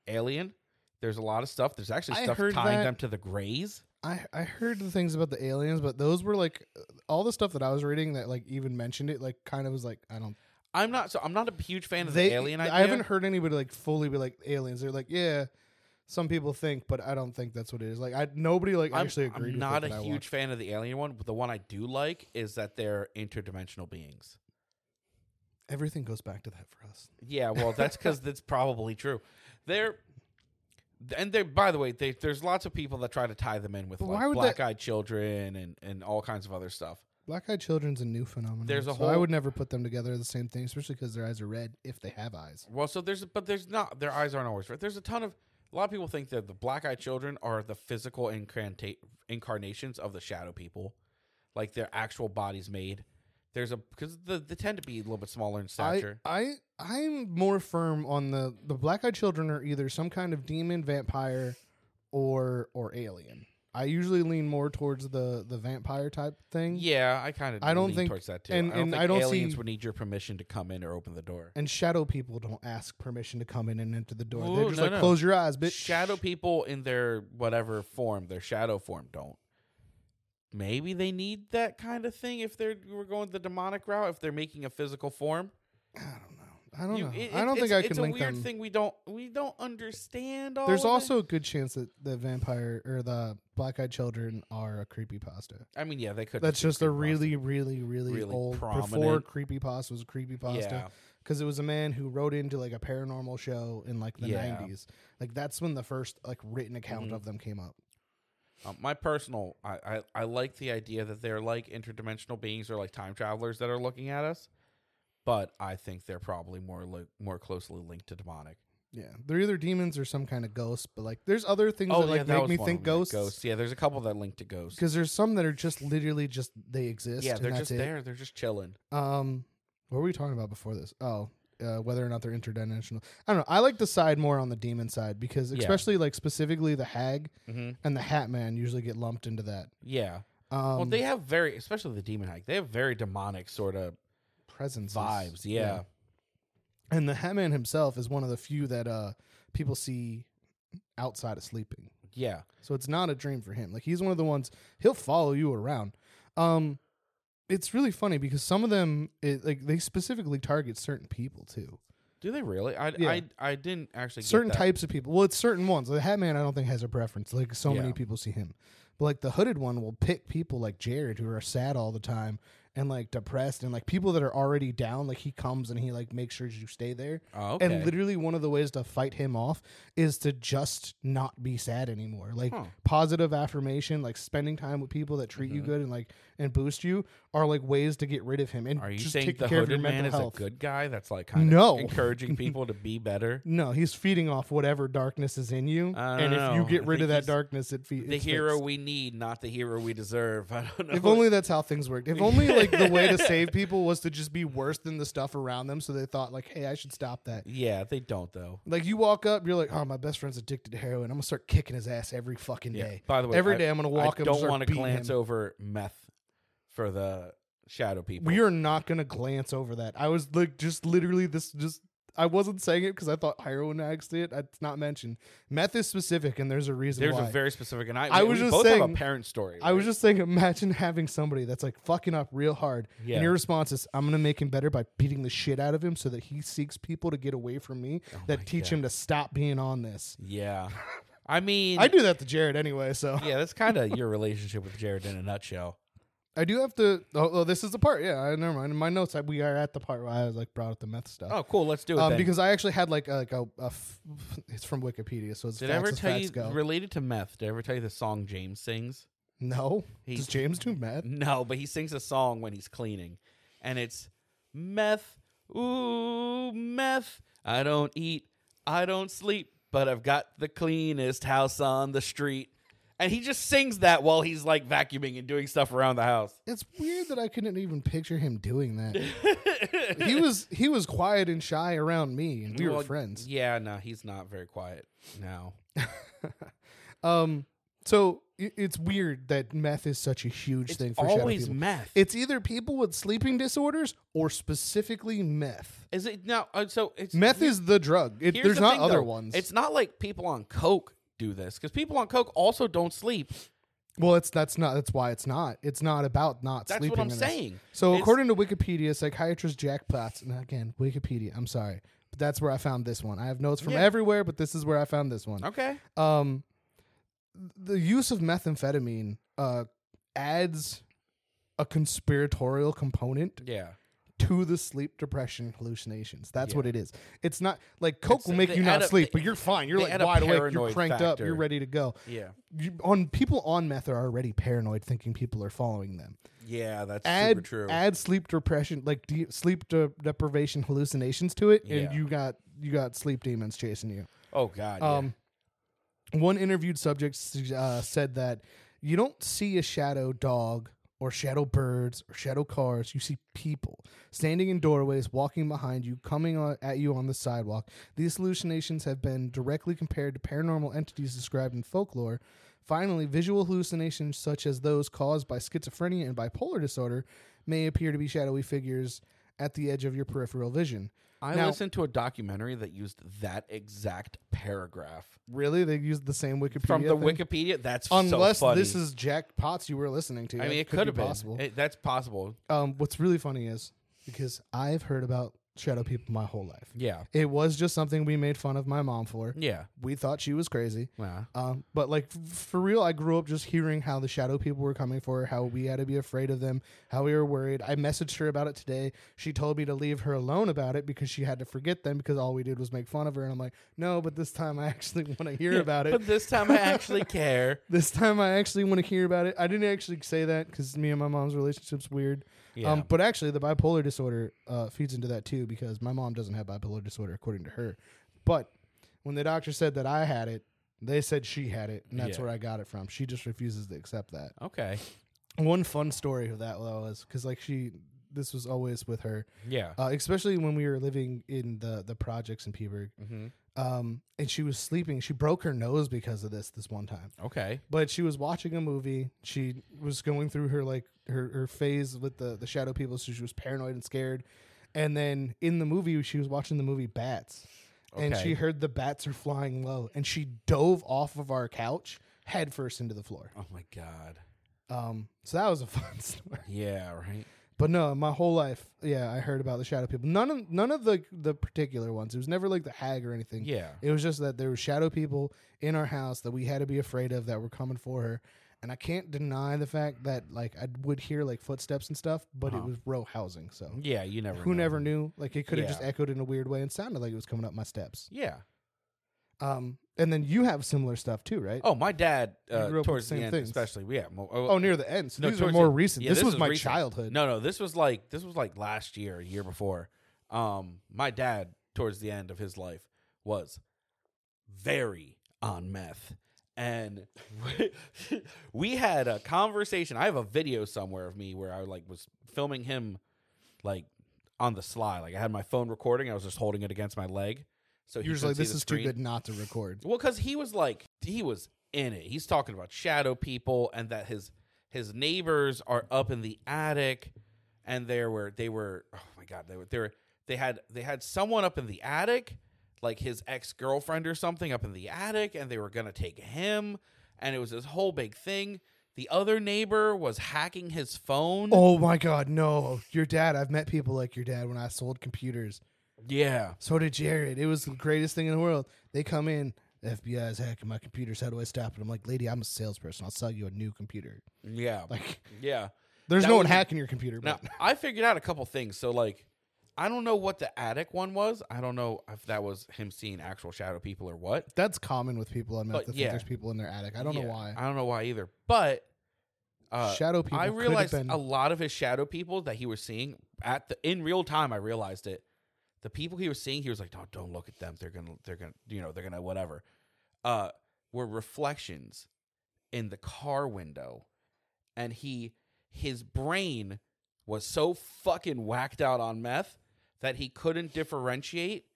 Speaker 1: alien. There's a lot of stuff. There's actually
Speaker 2: I
Speaker 1: stuff
Speaker 2: heard
Speaker 1: tying
Speaker 2: that.
Speaker 1: them to the Greys.
Speaker 2: I I heard the things about the aliens, but those were like uh, all the stuff that I was reading that like even mentioned it. Like kind of was like I don't.
Speaker 1: I'm not so I'm not a huge fan of
Speaker 2: They
Speaker 1: the alien idea.
Speaker 2: I haven't heard anybody like fully be like aliens. They're like yeah. Some people think, but I don't think that's what it is. Like I nobody like
Speaker 1: I'm,
Speaker 2: actually
Speaker 1: I'm
Speaker 2: agreed. with
Speaker 1: not
Speaker 2: it that
Speaker 1: a
Speaker 2: I
Speaker 1: huge fan of the alien one, but the one I do like is that they're interdimensional beings.
Speaker 2: Everything goes back to that for us.
Speaker 1: Yeah, well, that's because that's probably true. They're and they're by the way, they, there's lots of people that try to tie them in with
Speaker 2: But why
Speaker 1: like
Speaker 2: would that-
Speaker 1: black eyed children and, and all kinds of other stuff.
Speaker 2: Black eyed children's a new phenomenon.
Speaker 1: There's a
Speaker 2: so I
Speaker 1: whole-
Speaker 2: would never put them together the same thing, especially because their eyes are red if they have eyes.
Speaker 1: Well, so there's but there's not their eyes aren't always red. There's a ton of a lot of people think that the black eyed children are the physical incarnata- incarnations of the shadow people, like their actual bodies made. There's a because the, they tend to be a little bit smaller in stature.
Speaker 2: I, I I'm more firm on the the black eyed children are either some kind of demon, vampire, or or alien. I usually lean more towards the the vampire type thing.
Speaker 1: yeah, I kind of
Speaker 2: I don't
Speaker 1: lean
Speaker 2: think-
Speaker 1: towards that too.
Speaker 2: and-
Speaker 1: I don't
Speaker 2: and
Speaker 1: think
Speaker 2: I don't
Speaker 1: aliens
Speaker 2: see-
Speaker 1: would need your permission to come in or open the door.
Speaker 2: And shadow people don't ask permission to come in and enter the door.
Speaker 1: Ooh,
Speaker 2: They're just
Speaker 1: no,
Speaker 2: like
Speaker 1: no.
Speaker 2: close your eyes, bitch.
Speaker 1: shadow people in their whatever form, their shadow form, don't. Maybe they need that kind of thing if they're we're going the demonic route. If they're making a physical form,
Speaker 2: I don't know. I don't
Speaker 1: You-
Speaker 2: know.
Speaker 1: it-
Speaker 2: I don't
Speaker 1: it's-
Speaker 2: think I
Speaker 1: it's
Speaker 2: can
Speaker 1: a
Speaker 2: link
Speaker 1: weird
Speaker 2: them.
Speaker 1: thing Oh, we don't we don't understand. All
Speaker 2: There's
Speaker 1: of it.
Speaker 2: also a good chance that the vampire or the black eyed children are a creepy pasta.
Speaker 1: I mean, yeah, they could.
Speaker 2: That's just a
Speaker 1: creepypasta.
Speaker 2: really, really, really,
Speaker 1: Really
Speaker 2: old before
Speaker 1: prominent.
Speaker 2: creepy pasta was creepy
Speaker 1: Yeah.
Speaker 2: pasta because it was a man who wrote into like a paranormal show in like the
Speaker 1: Yeah. Mm-hmm.
Speaker 2: nineties. Like that's when the first like written account of them came up.
Speaker 1: Um, my personal, I, I I like the idea that they're like interdimensional beings or like time travelers that are looking at us, but I think they're probably more li- more closely linked to demonic.
Speaker 2: Yeah, they're either demons or some kind of ghost. But like, there's other things that like
Speaker 1: that
Speaker 2: make
Speaker 1: was
Speaker 2: me
Speaker 1: one
Speaker 2: think
Speaker 1: of them, Oh, yeah,
Speaker 2: ghosts because
Speaker 1: Ghosts, yeah. There's a couple that link to ghosts.
Speaker 2: there's some that are just literally just they exist.
Speaker 1: Yeah,
Speaker 2: and
Speaker 1: they're
Speaker 2: that's
Speaker 1: just
Speaker 2: it.
Speaker 1: there. They're just chilling.
Speaker 2: Um, what were we talking about before this? Oh, uh, whether or not they're interdimensional. I don't know. I like to side more on the demon side because,
Speaker 1: Yeah.
Speaker 2: especially like specifically the hag
Speaker 1: Mhm.
Speaker 2: and the hat man, usually get lumped into that.
Speaker 1: Yeah.
Speaker 2: Um,
Speaker 1: well, they have very, especially the demon hike. They have very demonic sort of
Speaker 2: presence
Speaker 1: vibes. Yeah.
Speaker 2: and the hat man himself is one of the few that uh people see outside of sleeping.
Speaker 1: Yeah.
Speaker 2: So it's not a dream for him. Like he's one of the ones he'll follow you around. Um, it's really funny because some of them it, like they specifically target certain people too.
Speaker 1: Do they really? I
Speaker 2: Yeah.
Speaker 1: I, I didn't actually get
Speaker 2: certain
Speaker 1: that.
Speaker 2: types of people. Well, it's certain ones. The Hat Man, I don't think has a preference. Like so
Speaker 1: Yeah.
Speaker 2: many people see him, But like the hooded one will pick people like Jared who are sad all the time and like depressed and like people that are already down. Like he comes and he like makes sure you stay there.
Speaker 1: Oh, okay.
Speaker 2: And literally one of the ways to fight him off is to just not be sad anymore. Like positive affirmation, like spending time with people that
Speaker 1: Mm-hmm.
Speaker 2: treat you good and like and boost you are like ways to get rid of him. And
Speaker 1: Are you
Speaker 2: just
Speaker 1: saying
Speaker 2: taking
Speaker 1: the
Speaker 2: care of your
Speaker 1: hooded man
Speaker 2: mental
Speaker 1: is
Speaker 2: health.
Speaker 1: a good guy? That's like kind
Speaker 2: No.
Speaker 1: of encouraging people to be better.
Speaker 2: No, he's feeding off whatever darkness is in you,
Speaker 1: I don't
Speaker 2: and if you
Speaker 1: know.
Speaker 2: get
Speaker 1: I
Speaker 2: rid
Speaker 1: think
Speaker 2: of that
Speaker 1: he's
Speaker 2: darkness, it feeds
Speaker 1: The hero we need, not the hero we deserve. I don't know.
Speaker 2: If only that's how things worked. If only like the way to save people was to just be worse than the stuff around them, so they thought like, "Hey, I should stop that."
Speaker 1: Yeah, they don't though.
Speaker 2: Like you walk up, you're like, "Oh, my best friend's addicted to heroin. I'm gonna start kicking his ass every fucking
Speaker 1: Yeah.
Speaker 2: day."
Speaker 1: By the way,
Speaker 2: every
Speaker 1: I-
Speaker 2: day I'm gonna walk
Speaker 1: I
Speaker 2: up. and
Speaker 1: don't
Speaker 2: start
Speaker 1: want to
Speaker 2: beating
Speaker 1: glance
Speaker 2: him.
Speaker 1: over meth for the shadow people.
Speaker 2: We are not gonna glance over that. I was like, just literally this, just I wasn't saying it because I thought heroin addicts did. It's not mentioned. Meth is specific, and there's a reason.
Speaker 1: There's
Speaker 2: why.
Speaker 1: a very specific, and I,
Speaker 2: I
Speaker 1: we-
Speaker 2: was
Speaker 1: we
Speaker 2: just
Speaker 1: both have a
Speaker 2: saying-
Speaker 1: parent story.
Speaker 2: I was
Speaker 1: right?
Speaker 2: just saying, imagine having somebody that's like fucking up real hard,
Speaker 1: Yeah.
Speaker 2: and your response is, "I'm gonna make him better by beating the shit out of him, so that he seeks people to get away from me
Speaker 1: Oh
Speaker 2: that teach him to stop being on this."
Speaker 1: yeah. I mean,
Speaker 2: I do that to Jared anyway, so
Speaker 1: Yeah, that's kind of your relationship with Jared in a nutshell.
Speaker 2: I do have to. Oh, oh, this is the part. Yeah, I- never mind. In my notes, I, we are at the part where I was like brought up the meth stuff.
Speaker 1: Oh, cool. Let's do it.
Speaker 2: Um,
Speaker 1: then.
Speaker 2: because I actually had like a, like a, a f- it's from Wikipedia, so it's
Speaker 1: did I
Speaker 2: facts
Speaker 1: ever
Speaker 2: as
Speaker 1: tell
Speaker 2: facts
Speaker 1: you
Speaker 2: go.
Speaker 1: related to meth? Did I ever tell you the song James sings?
Speaker 2: no,
Speaker 1: He's-
Speaker 2: does James do meth?
Speaker 1: No, but he sings a song when he's cleaning, and it's meth. Ooh, meth. I don't eat. I don't sleep. But I've got the cleanest house on the street. And he just sings that while he's like vacuuming and doing stuff around the house.
Speaker 2: It's weird that I couldn't even picture him doing that. he was he was quiet and shy around me, and we were
Speaker 1: Well,
Speaker 2: friends.
Speaker 1: Yeah, no, he's not very quiet now.
Speaker 2: Um, so i- it's weird that meth is such a huge thing for shadow
Speaker 1: Always
Speaker 2: people.
Speaker 1: meth.
Speaker 2: It's either people with sleeping disorders or specifically meth.
Speaker 1: Is it no? Uh, so it's
Speaker 2: Meth
Speaker 1: he-
Speaker 2: is the drug. It,
Speaker 1: here's
Speaker 2: there's
Speaker 1: the
Speaker 2: not
Speaker 1: thing,
Speaker 2: other
Speaker 1: though.
Speaker 2: ones.
Speaker 1: It's not like people on coke do this because people on coke also don't sleep.
Speaker 2: well, it's that's not that's why it's not. It's not about not
Speaker 1: That's
Speaker 2: sleeping.
Speaker 1: what I'm
Speaker 2: in this.
Speaker 1: saying.
Speaker 2: So
Speaker 1: It's-
Speaker 2: according to Wikipedia, psychiatrist Jack Platts, and again Wikipedia, I'm sorry, but that's where I found this one. I have notes from
Speaker 1: Yeah.
Speaker 2: everywhere, but this is where I found this one.
Speaker 1: okay,
Speaker 2: um the use of methamphetamine uh adds a conspiratorial component
Speaker 1: yeah,
Speaker 2: to the sleep depression hallucinations. That's
Speaker 1: Yeah.
Speaker 2: what it is. It's not like coke
Speaker 1: It's-
Speaker 2: will make
Speaker 1: they
Speaker 2: you
Speaker 1: add
Speaker 2: not
Speaker 1: a-
Speaker 2: sleep,
Speaker 1: they-
Speaker 2: but you're fine. You're
Speaker 1: they
Speaker 2: like
Speaker 1: add a
Speaker 2: wide awake. You're
Speaker 1: paranoid
Speaker 2: cranked up. You're
Speaker 1: factor.
Speaker 2: ready to go.
Speaker 1: yeah,
Speaker 2: You, on people on meth are already paranoid, thinking people are following them
Speaker 1: yeah. That's super
Speaker 2: add
Speaker 1: true.
Speaker 2: add sleep depression like de- sleep de- deprivation hallucinations to it
Speaker 1: Yeah.
Speaker 2: and you got you got sleep demons chasing you
Speaker 1: oh god, yeah.
Speaker 2: um one interviewed subject s- uh, said that you don't see a shadow dog or shadow birds or shadow cars you see people standing in doorways walking behind you coming on, at you on the sidewalk these hallucinations have been directly compared to paranormal entities described in folklore Finally, visual hallucinations such as those caused by schizophrenia and bipolar disorder may appear to be shadowy figures at the edge of your peripheral vision.
Speaker 1: I
Speaker 2: now-
Speaker 1: listened to a documentary that used that exact paragraph
Speaker 2: Really? They used the same Wikipedia
Speaker 1: from the
Speaker 2: thing?
Speaker 1: Wikipedia. That's so
Speaker 2: Unless
Speaker 1: funny.
Speaker 2: this is Jack Potts you were listening to.
Speaker 1: I mean,
Speaker 2: That
Speaker 1: it could
Speaker 2: be
Speaker 1: have been.
Speaker 2: possible.
Speaker 1: It- that's possible.
Speaker 2: Um, what's really funny is because I've heard about shadow people my whole life.
Speaker 1: Yeah,
Speaker 2: It was just something we made fun of my mom for.
Speaker 1: yeah.
Speaker 2: We thought she was crazy.
Speaker 1: Nah.
Speaker 2: Um, but like f- for real, I grew up just hearing how the shadow people were coming for her, how we had to be afraid of them, how we were worried. I messaged her about it today. She told me to leave her alone about it because she had to forget them because all we did was make fun of her. And I'm like, no, but this time I actually want to hear about it.
Speaker 1: But this time I actually care.
Speaker 2: This time I actually want to hear about it. I didn't actually say that because me and my mom's relationship's weird.
Speaker 1: Yeah.
Speaker 2: Um, but actually, the bipolar disorder uh, feeds into that too because my mom doesn't have bipolar disorder according to her. But when the doctor said that I had it, they said she had it, and that's
Speaker 1: Yeah.
Speaker 2: where I got it from. She just refuses to accept that.
Speaker 1: Okay.
Speaker 2: One fun story of that though is because like she, this was always with her,
Speaker 1: Yeah.
Speaker 2: uh, especially when we were living in the the projects in Peaburg,
Speaker 1: hmm
Speaker 2: um, and she was sleeping. She broke her nose because of this this one time
Speaker 1: Okay.
Speaker 2: but she was watching a movie. She was going through her like her, her phase with the the shadow people, so she was paranoid and scared. And then in the movie, she was watching the movie Bats, and
Speaker 1: Okay.
Speaker 2: she heard the bats are flying low, and she dove off of our couch headfirst into the floor.
Speaker 1: Oh my god.
Speaker 2: Um, so that was a fun story.
Speaker 1: Yeah. Right.
Speaker 2: But no, my whole life, yeah, I heard about the shadow people. None of none of the the particular ones. It was never like the hag or anything.
Speaker 1: Yeah.
Speaker 2: It was just that there were shadow people in our house that we had to be afraid of that were coming for her. and I can't deny the fact that like I would hear like footsteps and stuff, but it
Speaker 1: Uh-huh.
Speaker 2: was row housing, so
Speaker 1: Yeah, you never.
Speaker 2: who
Speaker 1: know.
Speaker 2: never knew? Like it could have just
Speaker 1: Yeah.
Speaker 2: echoed in a weird way and sounded like it was coming up my steps.
Speaker 1: Yeah.
Speaker 2: Um, and then you have similar stuff too, right?
Speaker 1: Oh, my dad uh,
Speaker 2: grew up with
Speaker 1: towards
Speaker 2: the
Speaker 1: the,
Speaker 2: same
Speaker 1: end,
Speaker 2: things.
Speaker 1: especially. Yeah. mo-
Speaker 2: Oh, near the end. So
Speaker 1: No,
Speaker 2: these are
Speaker 1: towards
Speaker 2: more
Speaker 1: the-
Speaker 2: recent.
Speaker 1: yeah,
Speaker 2: this,
Speaker 1: this
Speaker 2: was
Speaker 1: was
Speaker 2: my
Speaker 1: recent.
Speaker 2: childhood.
Speaker 1: No, no, this was like this was like last year, a year before. Um, my dad towards the end of his life was very on meth, and we had a conversation. I have a video somewhere of me where I like was filming him, like on the sly. Like I had my phone recording. I was just holding it against my leg, so he
Speaker 2: You're just
Speaker 1: couldn't
Speaker 2: like
Speaker 1: see
Speaker 2: this
Speaker 1: the
Speaker 2: is too
Speaker 1: screen.
Speaker 2: good not to record.
Speaker 1: Well, because he was like he was in it. He's talking about shadow people and that his his neighbors are up in the attic, and there were they were oh my god they were they were they had they had someone up in the attic, like his ex girlfriend or something up in the attic, and they were gonna take him, and it was this whole big thing. The other neighbor was hacking his phone.
Speaker 2: Oh my god, no! Your dad. I've met people like your dad when I sold computers.
Speaker 1: Yeah,
Speaker 2: So did Jared. It was the greatest thing in the world. They come in. The FBI is hacking my computers. How do I stop it? I'm like, lady, I'm a salesperson. I'll sell you a new computer.
Speaker 1: yeah,
Speaker 2: Like,
Speaker 1: yeah.
Speaker 2: there's
Speaker 1: That
Speaker 2: no one
Speaker 1: was a-
Speaker 2: hacking your computer.
Speaker 1: Now
Speaker 2: But
Speaker 1: I figured out a couple things. So like, I don't know what the attic one was. I don't know if that was him seeing actual shadow people or what.
Speaker 2: that's common with people. I met.
Speaker 1: But
Speaker 2: that think
Speaker 1: yeah.
Speaker 2: there's people in their attic. I don't
Speaker 1: Yeah,
Speaker 2: know why.
Speaker 1: I don't know why either. But uh,
Speaker 2: Shadow people.
Speaker 1: I
Speaker 2: could have
Speaker 1: realized
Speaker 2: been-
Speaker 1: a lot of his shadow people that he was seeing at the in real time. I realized it. The people he was seeing, he was like, "No, don't look at them. They're gonna, they're gonna, you know, they're gonna whatever." Uh, were reflections in the car window, and he his brain was so fucking whacked out on meth that he couldn't differentiate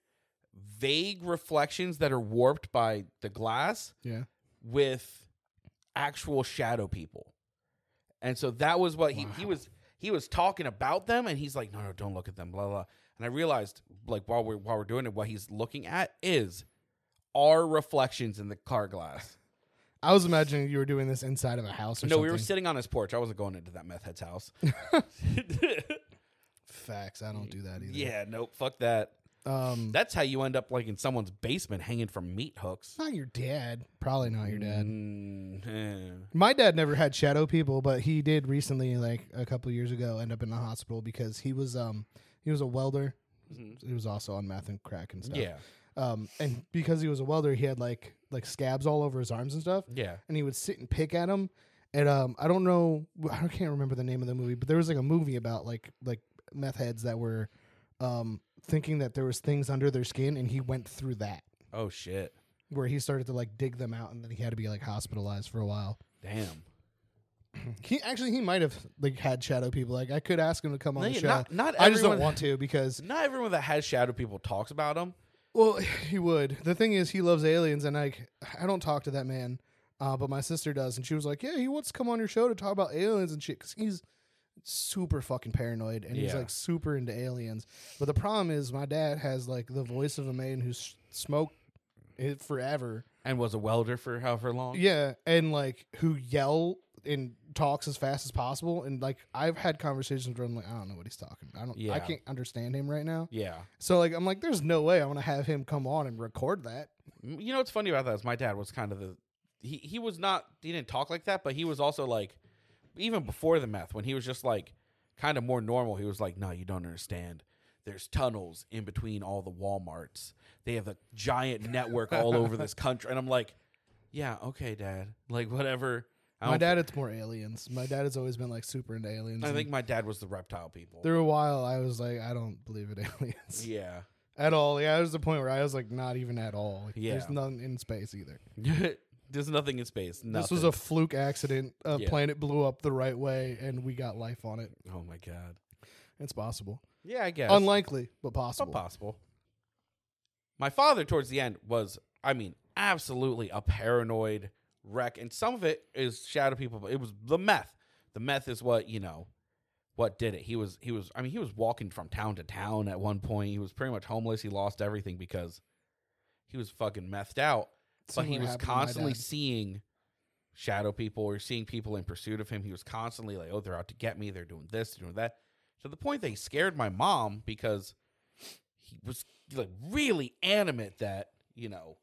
Speaker 1: vague reflections that are warped by the glass
Speaker 2: yeah.
Speaker 1: with actual shadow people. And so that was what he, he
Speaker 2: Wow.
Speaker 1: was he was talking about them and he's like, No, no, don't look at them, blah blah. And I realized like while we're while we're doing it, what he's looking at is our reflections in the car glass.
Speaker 2: I was imagining you were doing this inside of a house or
Speaker 1: no,
Speaker 2: something.
Speaker 1: we were sitting on his porch. I wasn't going into that meth head's house.
Speaker 2: Facts. I don't do that either.
Speaker 1: yeah, nope, fuck that.
Speaker 2: Um.
Speaker 1: That's how you end up like in someone's basement hanging from meat hooks.
Speaker 2: not your dad. Probably not your dad.
Speaker 1: Mm, eh.
Speaker 2: My dad never had shadow people, but he did recently, like a couple years ago, end up in the hospital because he was um he was a welder. He was also on meth and crack and stuff.
Speaker 1: Mm-hmm. Yeah.
Speaker 2: Um, and because he was a welder, he had like like scabs all over his arms and stuff.
Speaker 1: Yeah.
Speaker 2: And he would sit and pick at them. And um, I don't know, I can't remember the name of the movie, but there was like a movie about like like meth heads that were um thinking that there was things under their skin, and he went through that
Speaker 1: Oh shit.
Speaker 2: where he started to like dig them out, and then he had to be like hospitalized for a while.
Speaker 1: Damn.
Speaker 2: He actually he might have like had shadow people. Like I could ask him to come on
Speaker 1: No,
Speaker 2: the
Speaker 1: yeah,
Speaker 2: show.
Speaker 1: not- not
Speaker 2: I just don't
Speaker 1: everyone-
Speaker 2: want to because
Speaker 1: Not everyone that has shadow people talks about them.
Speaker 2: well he would. The thing is he loves aliens and like I don't talk to that man, uh, but my sister does and she was like, yeah, he wants to come on your show to talk about aliens and shit because he's super fucking paranoid and he's
Speaker 1: Yeah.
Speaker 2: like super into aliens. But the problem is my dad has like the voice of a man who's smoked it forever.
Speaker 1: and was a welder for however long.
Speaker 2: Yeah, and like who yell and talks as fast as possible, and like I've had conversations where I'm like, I don't know what he's talking. I don't. I
Speaker 1: Yeah.
Speaker 2: can't understand him right now.
Speaker 1: Yeah.
Speaker 2: So like I'm like, there's no way I want to have him come on and record that.
Speaker 1: M- You know what's funny about that is my dad was kind of the he he was not he didn't talk like that, but he was also like even before the meth when he was just like kind of more normal, he was like, "No, you don't understand. There's tunnels in between all the Walmarts. They have a giant network all over this country." And I'm like, "Yeah, okay, dad. Like whatever." I
Speaker 2: My
Speaker 1: don't-
Speaker 2: dad, it's more aliens. My dad has always been like super into aliens.
Speaker 1: I
Speaker 2: and
Speaker 1: think my dad was the reptile people.
Speaker 2: through a while I was like, I don't believe in aliens
Speaker 1: Yeah.
Speaker 2: at all. Yeah, there was the point where I was like, not even at all. Like,
Speaker 1: Yeah.
Speaker 2: There's nothing in space either.
Speaker 1: There's nothing in space. Nothing.
Speaker 2: This was a fluke accident. A
Speaker 1: Yeah.
Speaker 2: planet blew up the right way, and we got life on it.
Speaker 1: Oh my god.
Speaker 2: It's possible.
Speaker 1: Yeah, I guess.
Speaker 2: Unlikely, but
Speaker 1: It's
Speaker 2: possible.
Speaker 1: possible. My father, towards the end, was, I mean, absolutely a paranoid wreck. And some of it is shadow people, but it was the meth. The meth is what, you know, what did it. He was, he was, I mean, he was walking from town to town at one point. He was pretty much homeless. He lost everything because he was fucking methed out. But
Speaker 2: Seen
Speaker 1: he
Speaker 2: what
Speaker 1: was
Speaker 2: happened to my
Speaker 1: constantly
Speaker 2: dad.
Speaker 1: seeing shadow people or seeing people in pursuit of him. He was constantly like, oh, they're out to get me. They're doing this, they're doing that. To the point that he scared my mom because he was like really animate that, you know,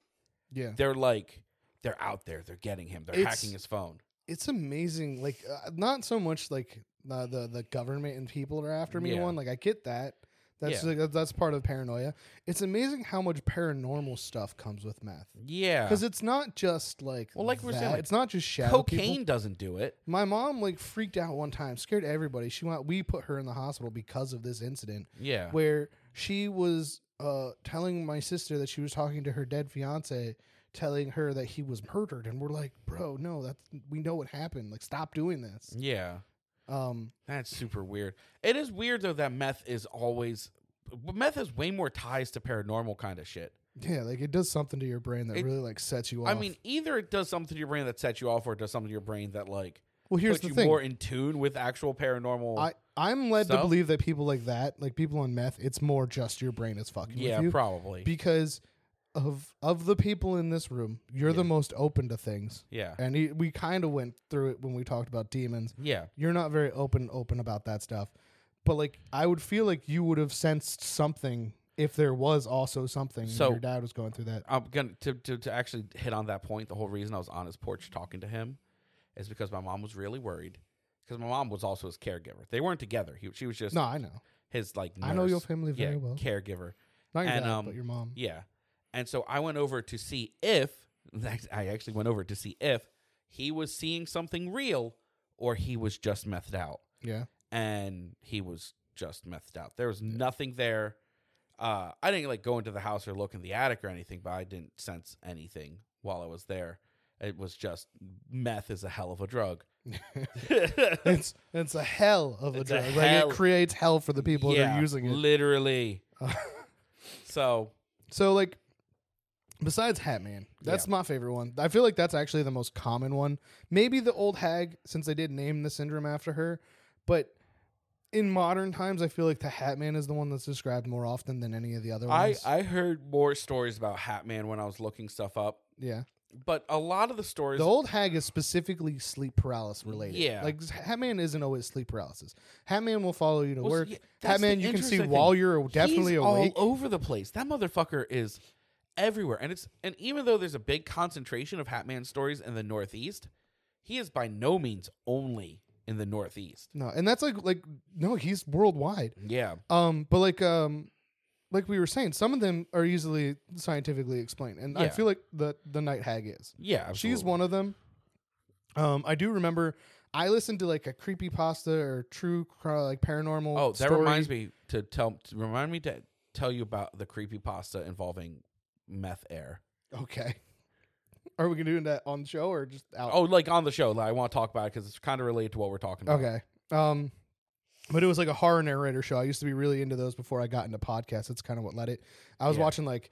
Speaker 2: Yeah.
Speaker 1: they're like, they're out there. They're getting him. They're
Speaker 2: It's-
Speaker 1: hacking his phone.
Speaker 2: it's amazing. Like uh, not so much like the the, the government and people are after me
Speaker 1: Yeah.
Speaker 2: one. Like I get that. That's
Speaker 1: Yeah.
Speaker 2: like, that- that's part of paranoia. It's amazing how much paranormal stuff comes with meth.
Speaker 1: Yeah.
Speaker 2: Because it's not just like
Speaker 1: Well, like we were saying,
Speaker 2: that.
Speaker 1: like,
Speaker 2: it's not just shadow people.
Speaker 1: Cocaine doesn't do it.
Speaker 2: My mom like freaked out one time, scared everybody. She went. We put her in the hospital because of this incident
Speaker 1: Yeah.
Speaker 2: where she was uh, telling my sister that she was talking to her dead fiance, telling her that he was murdered, and we're like, bro, no, that's we know what happened. Like, stop doing this.
Speaker 1: Yeah. Mm.
Speaker 2: Um,
Speaker 1: That's super weird. It is weird though that meth is always but meth has way more ties to paranormal kind of shit.
Speaker 2: yeah, like it does something to your brain that
Speaker 1: It-
Speaker 2: really like sets you off.
Speaker 1: I mean, either it does something to your brain that sets you off or it does something to your brain that like
Speaker 2: well, here's
Speaker 1: puts
Speaker 2: the
Speaker 1: you
Speaker 2: thing.
Speaker 1: more in tune with actual paranormal.
Speaker 2: I I'm led to
Speaker 1: stuff?
Speaker 2: believe that people like that, like people on meth, it's more just your brain is fucking
Speaker 1: yeah,
Speaker 2: with you
Speaker 1: probably.
Speaker 2: because of of the people in this room, you're the most open to things.
Speaker 1: yeah.
Speaker 2: And he, we kind of went through it when we talked about demons.
Speaker 1: Yeah.
Speaker 2: you're not very open open about that stuff but like i would feel like you would have sensed something if there was also something when
Speaker 1: So-
Speaker 2: your dad was going through that
Speaker 1: I'm gonna to, to to actually hit on that point. The whole reason I was on his porch talking to him is because my mom was really worried because my mom was also his caregiver. They weren't together. He, she was just
Speaker 2: no i know
Speaker 1: his like
Speaker 2: I know your
Speaker 1: nurse.
Speaker 2: family
Speaker 1: Yeah,
Speaker 2: very well.
Speaker 1: caregiver.
Speaker 2: not your
Speaker 1: And,
Speaker 2: dad
Speaker 1: um,
Speaker 2: but your mom
Speaker 1: Yeah. And so I went over to see if I actually went over to see if he was seeing something real or he was just methed out.
Speaker 2: yeah
Speaker 1: And he was just methed out. There was nothing there. Uh, I didn't like go into the house or look in the attic or anything, but I didn't sense anything while I was there. It was just meth is a hell of a drug.
Speaker 2: it's it's a hell of a
Speaker 1: It's a
Speaker 2: drug
Speaker 1: hell.
Speaker 2: like it creates hell for the people that
Speaker 1: Yeah,
Speaker 2: are using it
Speaker 1: Literally. so
Speaker 2: so like besides hat man that's my favorite one i feel like that's actually the most common one maybe the old hag since they did name the syndrome after her but in modern times i feel like the hat man is the one that's described more often than any of the other
Speaker 1: I,
Speaker 2: ones
Speaker 1: I heard more stories about Hat Man when I was looking stuff up.
Speaker 2: yeah
Speaker 1: But a lot of the stories
Speaker 2: the old hag is specifically sleep paralysis related
Speaker 1: Yeah.
Speaker 2: like hatman isn't always sleep paralysis hatman will follow you to
Speaker 1: Well,
Speaker 2: work
Speaker 1: yeah, that's the
Speaker 2: hatman you can see
Speaker 1: interesting thing.
Speaker 2: while you're definitely
Speaker 1: He's
Speaker 2: awake
Speaker 1: all over the place. That motherfucker is everywhere, and it's and even though there's a big concentration of Hatman stories in the Northeast, he is by no means only in the Northeast.
Speaker 2: no and that's like like no he's worldwide
Speaker 1: Yeah,
Speaker 2: Um, but like um, like we were saying, some of them are easily scientifically explained, and I
Speaker 1: Yeah.
Speaker 2: feel like the the night hag is.
Speaker 1: yeah,
Speaker 2: She's one of them. Um, I do remember I listened to like a creepy pasta or true cr- like paranormal.
Speaker 1: Oh, that
Speaker 2: story.
Speaker 1: reminds me to tell to remind me to tell you about the creepy pasta involving meth air.
Speaker 2: Okay, are we gonna do that on the show or just out?
Speaker 1: Oh, like on the show, like, I want to talk about it because it's kind of related to what we're talking about.
Speaker 2: okay. Um, but it was like a horror narrator show. I used to be really into those before I got into podcasts. That's kind of what led it. I was
Speaker 1: Yeah.
Speaker 2: watching like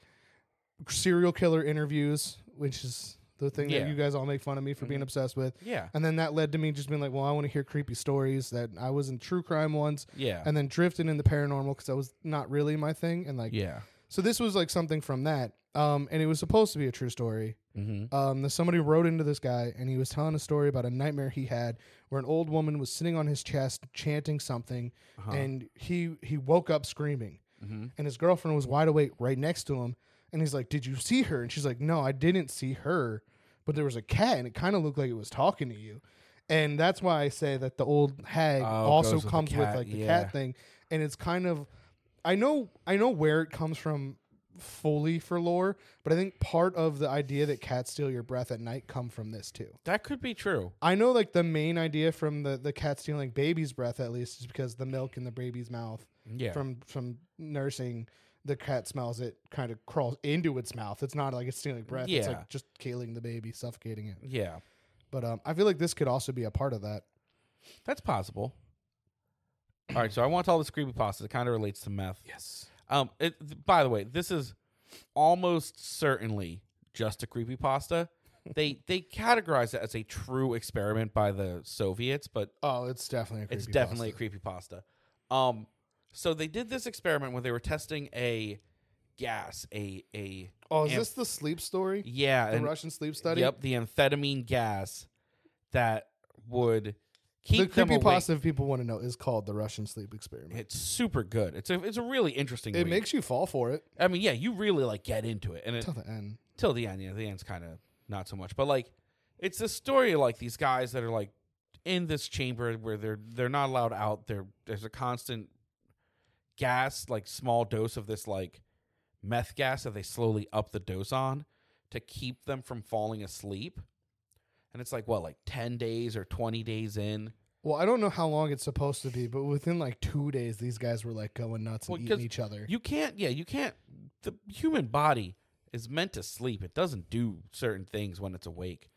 Speaker 2: serial killer interviews, which is the thing
Speaker 1: Yeah. Mm-hmm.
Speaker 2: that you guys all make fun of me for being obsessed with.
Speaker 1: Yeah,
Speaker 2: And then that led to me just being like, well, I want to hear creepy stories that I was in true crime once
Speaker 1: yeah,
Speaker 2: and then drifting in the paranormal because that was not really my thing. And like,
Speaker 1: yeah.
Speaker 2: so this was like something from that. Um, and it was supposed to be a true story.
Speaker 1: Mm-hmm.
Speaker 2: Um, that somebody wrote into this guy and he was telling a story about a nightmare he had where an old woman was sitting on his chest chanting something
Speaker 1: Uh-huh.
Speaker 2: and he, he woke up screaming
Speaker 1: Mm-hmm.
Speaker 2: and his girlfriend was wide awake right next to him and he's like did you see her and she's like no i didn't see her but there was a cat and it kind of looked like it was talking to you and that's why i say that the old
Speaker 1: Oh,
Speaker 2: hag
Speaker 1: goes
Speaker 2: also
Speaker 1: with the
Speaker 2: comes with
Speaker 1: cat,
Speaker 2: like the
Speaker 1: yeah.
Speaker 2: cat thing and it's kind of i know i know where it comes from fully for lore but i think part of the idea that cats steal your breath at night come from this too
Speaker 1: That could be true.
Speaker 2: i know like the main idea from the the cat stealing baby's breath at least is because the milk in the baby's mouth
Speaker 1: Yeah,
Speaker 2: from from nursing the cat smells it kind of crawls into its mouth it's not like it's stealing breath it's
Speaker 1: Yeah.
Speaker 2: like just killing the baby suffocating it
Speaker 1: yeah.
Speaker 2: but um i feel like this could also be a part of that
Speaker 1: That's possible. All right, so I want to tell this creepypasta. It kind of relates to meth.
Speaker 2: yes
Speaker 1: Um, it, th- by the way, this is almost certainly just a creepypasta. They they categorize it as a true experiment by the Soviets, but
Speaker 2: oh it's definitely a
Speaker 1: it's
Speaker 2: creepypasta.
Speaker 1: definitely a creepypasta. Um, so they did this experiment when they were testing a gas, a a
Speaker 2: oh is
Speaker 1: Am-
Speaker 2: this the sleep story
Speaker 1: yeah,
Speaker 2: the
Speaker 1: an-
Speaker 2: russian sleep study
Speaker 1: Yep, the amphetamine gas that would
Speaker 2: the
Speaker 1: keep them
Speaker 2: creepy
Speaker 1: awake.
Speaker 2: pasta people want to know is called the russian sleep experiment
Speaker 1: It's super good. It's a it's a really interesting.
Speaker 2: it
Speaker 1: read.
Speaker 2: makes you fall for it
Speaker 1: I mean, yeah, you really like get into it, and it,
Speaker 2: till the end
Speaker 1: till the end. Yeah, the end's kind of not so much, but like it's a story of, like these guys that are like in this chamber where they're they're not allowed out. There there's a constant gas, like small dose of this like meth gas that they slowly up the dose on to keep them from falling asleep. And it's like what, like ten days or twenty days in.
Speaker 2: Well, I don't know how long it's supposed to be, but within like two days, these guys were like going nuts
Speaker 1: Well,
Speaker 2: and
Speaker 1: 'cause
Speaker 2: eating each other.
Speaker 1: You can't, yeah, you can't. The human body is meant to sleep. It doesn't do certain things when it's awake.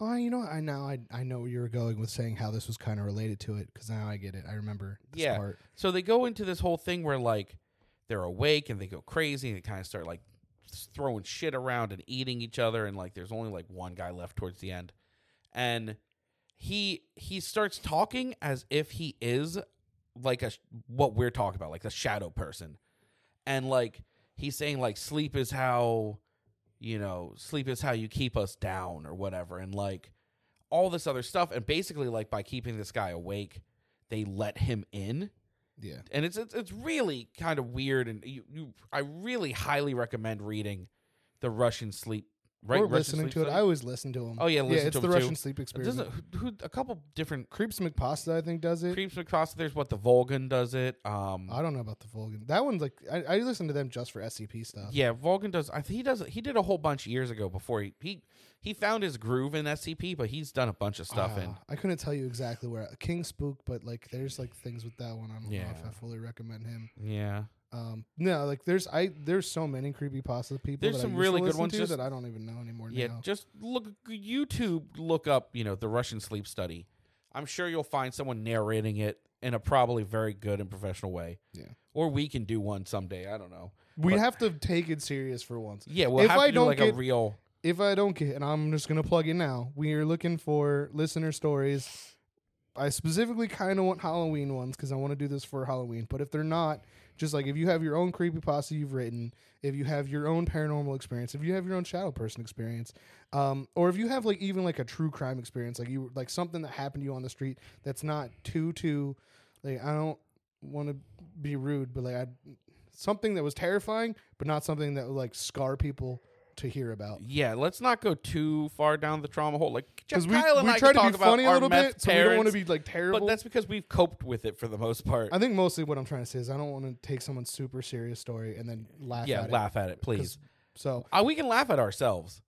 Speaker 2: oh, you know, what? I now I I know where you were going with saying how this was kind of related to it because now I get it. I remember this
Speaker 1: Yeah.
Speaker 2: part.
Speaker 1: So they go into this whole thing where like they're awake and they go crazy and they kind of start like throwing shit around and eating each other and like there's only like one guy left towards the end. And he he starts talking as if he is like a what we're talking about, like the shadow person. And like he's saying like sleep is how you know, sleep is how you keep us down or whatever and like all this other stuff and basically like by keeping this guy awake, they let him in
Speaker 2: Yeah.
Speaker 1: and it's it's, it's really kind of weird and you, you I really highly recommend reading the Russian sleep right
Speaker 2: or
Speaker 1: Russian
Speaker 2: listening
Speaker 1: sleep
Speaker 2: to it.
Speaker 1: study?
Speaker 2: I always listen to them.
Speaker 1: Oh, yeah, listen
Speaker 2: yeah. It's
Speaker 1: to
Speaker 2: the
Speaker 1: 'em too.
Speaker 2: Russian sleep
Speaker 1: Doesn't-
Speaker 2: experiment.
Speaker 1: who, who, a couple different
Speaker 2: Creeps McPasta, I think, does it.
Speaker 1: creeps across there's what the Vulcan does it um
Speaker 2: I don't know about the Vulcan. That one's like I, I listen to them just for SCP stuff.
Speaker 1: yeah Vulcan does I think he does he did a whole bunch years ago before he he he found his groove in SCP but he's done a bunch of stuff in
Speaker 2: Ah, I couldn't tell you exactly where King Spook, but like there's like things with that one. I don't know if
Speaker 1: Yeah.
Speaker 2: I fully recommend him.
Speaker 1: yeah
Speaker 2: Um, no, like there's I there's so many creepy pasta people.
Speaker 1: There's
Speaker 2: that I
Speaker 1: some
Speaker 2: used to
Speaker 1: really good
Speaker 2: listen
Speaker 1: ones,
Speaker 2: to
Speaker 1: just-
Speaker 2: that I don't even know anymore.
Speaker 1: yeah
Speaker 2: now.
Speaker 1: just look YouTube look up you know the Russian sleep study I'm sure you'll find someone narrating it in a probably very good and professional way
Speaker 2: Yeah.
Speaker 1: or we can do one someday I don't know
Speaker 2: we
Speaker 1: but-
Speaker 2: have to take it serious for once.
Speaker 1: Yeah, we'll
Speaker 2: If
Speaker 1: have
Speaker 2: I
Speaker 1: to do
Speaker 2: don't
Speaker 1: like a
Speaker 2: get-
Speaker 1: real.
Speaker 2: If I don't get, and I'm just gonna plug it now, we are looking for listener stories. I specifically kind of want Halloween ones because I want to do this for Halloween. But if they're not, just like if you have your own creepy pasta you've written, if you have your own paranormal experience, if you have your own shadow person experience, um, or if you have like even like a true crime experience, like you like something that happened to you on the street that's not too too, like I don't want to be rude, but like I something that was terrifying, but not something that would like scar people to hear about.
Speaker 1: Yeah, let's not go too far down the trauma hole. Like Jeff,
Speaker 2: Because we,
Speaker 1: Kyle and
Speaker 2: we
Speaker 1: I can
Speaker 2: try to
Speaker 1: talk
Speaker 2: be
Speaker 1: about
Speaker 2: funny a
Speaker 1: our
Speaker 2: little
Speaker 1: meth
Speaker 2: bit, so we don't want to
Speaker 1: parents,
Speaker 2: be like terrible.
Speaker 1: But that's because we've coped with it for the most part.
Speaker 2: I think mostly what I'm trying to say is I don't want to take someone's super serious story and then laugh
Speaker 1: yeah,
Speaker 2: at
Speaker 1: laugh at it,
Speaker 2: it.
Speaker 1: please.
Speaker 2: 'Cause- So
Speaker 1: Uh, we can laugh at ourselves.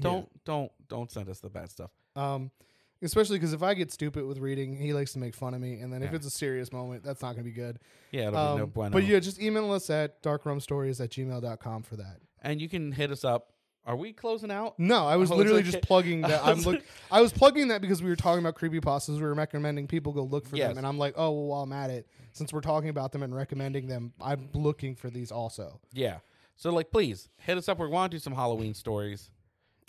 Speaker 1: Don't don't don't send us the bad stuff.
Speaker 2: Um, especially because if I get stupid with reading, he likes to make fun of me, and then if
Speaker 1: Yeah.
Speaker 2: it's a serious moment, that's not going to be good.
Speaker 1: Yeah, it'll
Speaker 2: Um,
Speaker 1: be no bueno.
Speaker 2: But yeah, just email us at darkrumstories at gmail.com for that.
Speaker 1: and you can hit us up. Are we closing out?
Speaker 2: No, I was
Speaker 1: Oh, it's
Speaker 2: literally
Speaker 1: okay.
Speaker 2: just plugging that.
Speaker 1: I
Speaker 2: I'm
Speaker 1: was
Speaker 2: look.
Speaker 1: like-
Speaker 2: I was plugging that because we were talking about creepypastas. We were recommending people go look for
Speaker 1: Yes.
Speaker 2: them, and I'm like, oh, well, while I'm at it, since we're talking about them and recommending them, I'm looking for these also.
Speaker 1: Yeah. So like, please hit us up. We want to do some Halloween stories.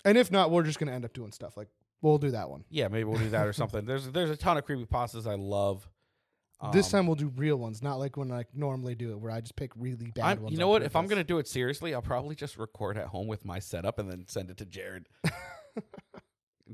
Speaker 2: And if not, we're just going to end up doing stuff like we'll do that one.
Speaker 1: Yeah, maybe we'll do that or something. There's there's a ton of creepy pastas I love.
Speaker 2: this
Speaker 1: Um,
Speaker 2: time we'll do real ones, not like when I normally do it, where I just pick really bad
Speaker 1: I'm,
Speaker 2: ones.
Speaker 1: you know
Speaker 2: on
Speaker 1: what? If I'm
Speaker 2: purpose.
Speaker 1: gonna do it seriously, I'll probably just record at home with my setup and then send it to Jared.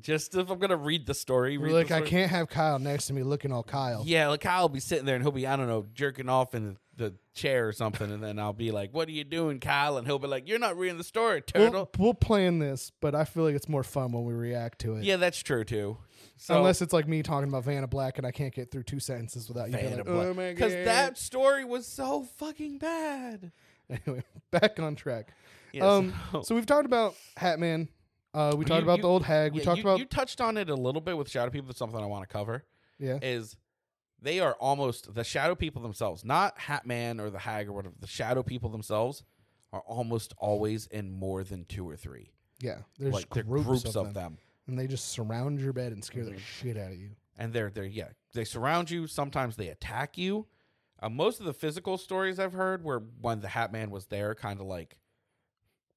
Speaker 1: just if I'm gonna read the story,
Speaker 2: We're
Speaker 1: read
Speaker 2: like,
Speaker 1: the
Speaker 2: I
Speaker 1: story-
Speaker 2: can't have Kyle next to me looking all Kyle.
Speaker 1: Yeah, like Kyle will be sitting there and he'll be I don't know jerking off in the chair or something, and then I'll be like, "What are you doing, Kyle?" And he'll be like, "You're not reading the story, turtle."
Speaker 2: We'll, we'll plan this, but I feel like it's more fun when we react to it.
Speaker 1: yeah, that's true too. So,
Speaker 2: Unless it's like me talking about Vanna Black and I can't get through two sentences without you being like, oh my
Speaker 1: because
Speaker 2: God."
Speaker 1: that story was so fucking bad.
Speaker 2: Anyway, back on track.
Speaker 1: Yeah,
Speaker 2: um,
Speaker 1: so-
Speaker 2: so. we've talked about Hatman. Uh, we
Speaker 1: You-
Speaker 2: talked about
Speaker 1: you-
Speaker 2: the old hag. We
Speaker 1: Yeah,
Speaker 2: talked
Speaker 1: you,
Speaker 2: about
Speaker 1: you touched on it a little bit with Shadow People. That's something I want to cover.
Speaker 2: yeah.
Speaker 1: is they are almost the shadow people themselves, not Hat Man or the Hag or whatever. The shadow people themselves are almost always in more than two or three.
Speaker 2: Yeah, there's
Speaker 1: like they're
Speaker 2: groups, of, them,
Speaker 1: them,
Speaker 2: and they just surround your bed and scare
Speaker 1: Mm-hmm.
Speaker 2: the shit out of you.
Speaker 1: and they're they're yeah they surround you. Sometimes they attack you. Uh, most of the physical stories I've heard were when the Hat Man was there, kind of like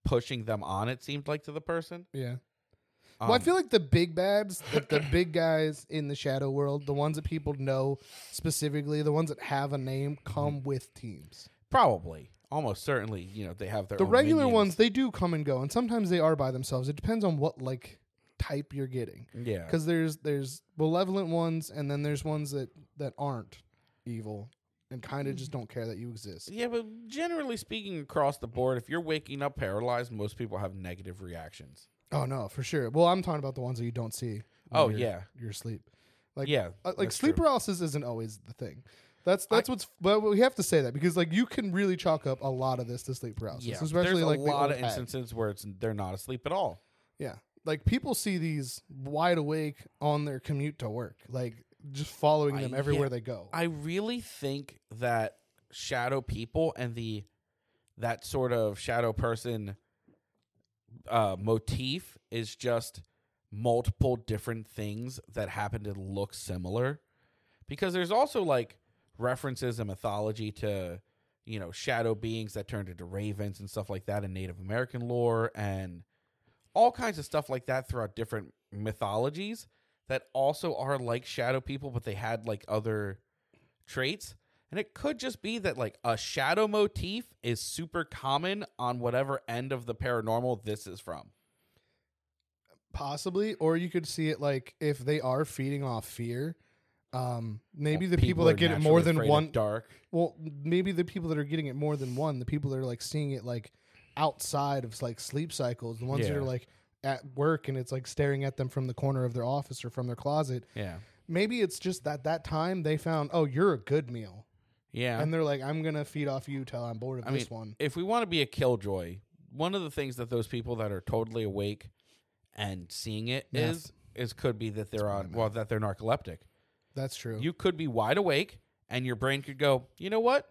Speaker 1: pushing them on. It seemed like to the person.
Speaker 2: Yeah. well, I
Speaker 1: Um,
Speaker 2: feel like the big bads, the, the big guys in the shadow world, the ones that people know specifically, the ones that have a name, come
Speaker 1: Mm-hmm.
Speaker 2: with teams.
Speaker 1: probably almost certainly you know they have their
Speaker 2: The
Speaker 1: own
Speaker 2: regular
Speaker 1: minions.
Speaker 2: ones, they do come and go, and sometimes they are by themselves. It depends on what like type you're getting.
Speaker 1: Yeah,
Speaker 2: because there's there's malevolent ones and then there's ones that that aren't evil and kind of just don't care that you exist
Speaker 1: Yeah, but generally speaking, across the board, if you're waking up paralyzed, most people have negative reactions.
Speaker 2: Oh no, for sure. Well, I'm talking about the ones that you don't see. when
Speaker 1: Oh,
Speaker 2: you're-
Speaker 1: yeah.
Speaker 2: you're asleep. Like
Speaker 1: Yeah,
Speaker 2: uh, like
Speaker 1: that's
Speaker 2: sleep
Speaker 1: true.
Speaker 2: paralysis isn't always the thing. That's that's what's well we have to say that because like you can really chalk up a lot of this to sleep paralysis,
Speaker 1: Yeah,
Speaker 2: especially
Speaker 1: there's
Speaker 2: like
Speaker 1: a
Speaker 2: the
Speaker 1: lot
Speaker 2: old
Speaker 1: of
Speaker 2: hag.
Speaker 1: instances where it's they're not asleep at all.
Speaker 2: Yeah, like people see these wide awake on their commute to work, like just following
Speaker 1: I-
Speaker 2: them everywhere
Speaker 1: yeah,
Speaker 2: they go.
Speaker 1: I really think that shadow people and the that sort of shadow person uh, motif is just multiple different things that happen to look similar. Because there's also like references and mythology to you know shadow beings that turned into ravens and stuff like that in Native American lore and all kinds of stuff like that throughout different mythologies that also are like shadow people, but they had like other traits. And it could just be that like a shadow motif is super common on whatever end of the paranormal this is from.
Speaker 2: possibly or you could see it like if they are feeding off fear um maybe
Speaker 1: Well,
Speaker 2: the people,
Speaker 1: are
Speaker 2: that get it
Speaker 1: naturally
Speaker 2: more than
Speaker 1: afraid of
Speaker 2: one
Speaker 1: dark.
Speaker 2: well maybe the people that are getting it more than one the people that are like seeing it like outside of like sleep cycles the ones that
Speaker 1: Yeah.
Speaker 2: are like at work and it's like staring at them from the corner of their office or from their closet
Speaker 1: Yeah.
Speaker 2: maybe it's just that that time they found oh you're a good meal
Speaker 1: Yeah.
Speaker 2: and they're like i'm gonna feed off you till i'm bored of
Speaker 1: I mean,
Speaker 2: this one
Speaker 1: if we want to be a killjoy, one of the things that those people that are totally awake and seeing it is
Speaker 2: Meth.
Speaker 1: is could be that they're on well that they're narcoleptic.
Speaker 2: that's true
Speaker 1: You could be wide awake and your brain could go, you know what?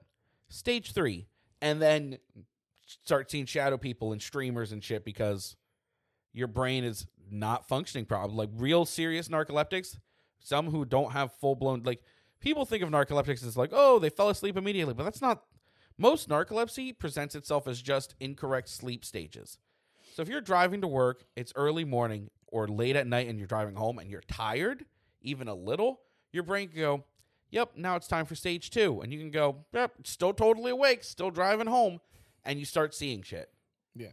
Speaker 1: Stage three. And then start seeing shadow people and streamers and shit because your brain is not functioning properly. Like real serious narcoleptics, some who don't have full blown, like people think of narcoleptics as like, oh, they fell asleep immediately. But that's not, most narcolepsy presents itself as just incorrect sleep stages. So if you're driving to work, it's early morning or late at night and you're driving home and you're tired, even a little, your brain can go, Yep, now it's time for stage two. And you can go, Yep, still totally awake, still driving home, and you start seeing shit.
Speaker 2: yeah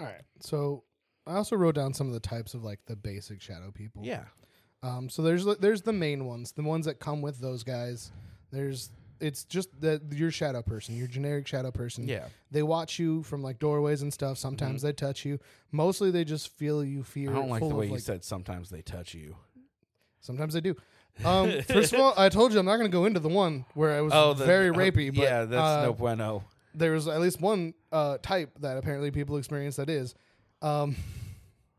Speaker 2: all right so i also wrote down some of the types of like the basic shadow people
Speaker 1: Yeah.
Speaker 2: Um, so there's there's the main ones, the ones that come with those guys. There's it's just that your shadow person, your generic shadow person.
Speaker 1: Yeah. Mm-hmm.
Speaker 2: They watch you from like doorways and stuff. Sometimes they touch you. Mostly they just feel you fear.
Speaker 1: I don't like the
Speaker 2: full of,
Speaker 1: way you said sometimes they touch you.
Speaker 2: Sometimes they do. Um, first of all, I told you I'm not going to go into the one where it was very rapey.
Speaker 1: Oh,
Speaker 2: but
Speaker 1: uh, yeah, that's
Speaker 2: uh,
Speaker 1: no bueno.
Speaker 2: there was at least one uh, type that apparently people experience that is. Um,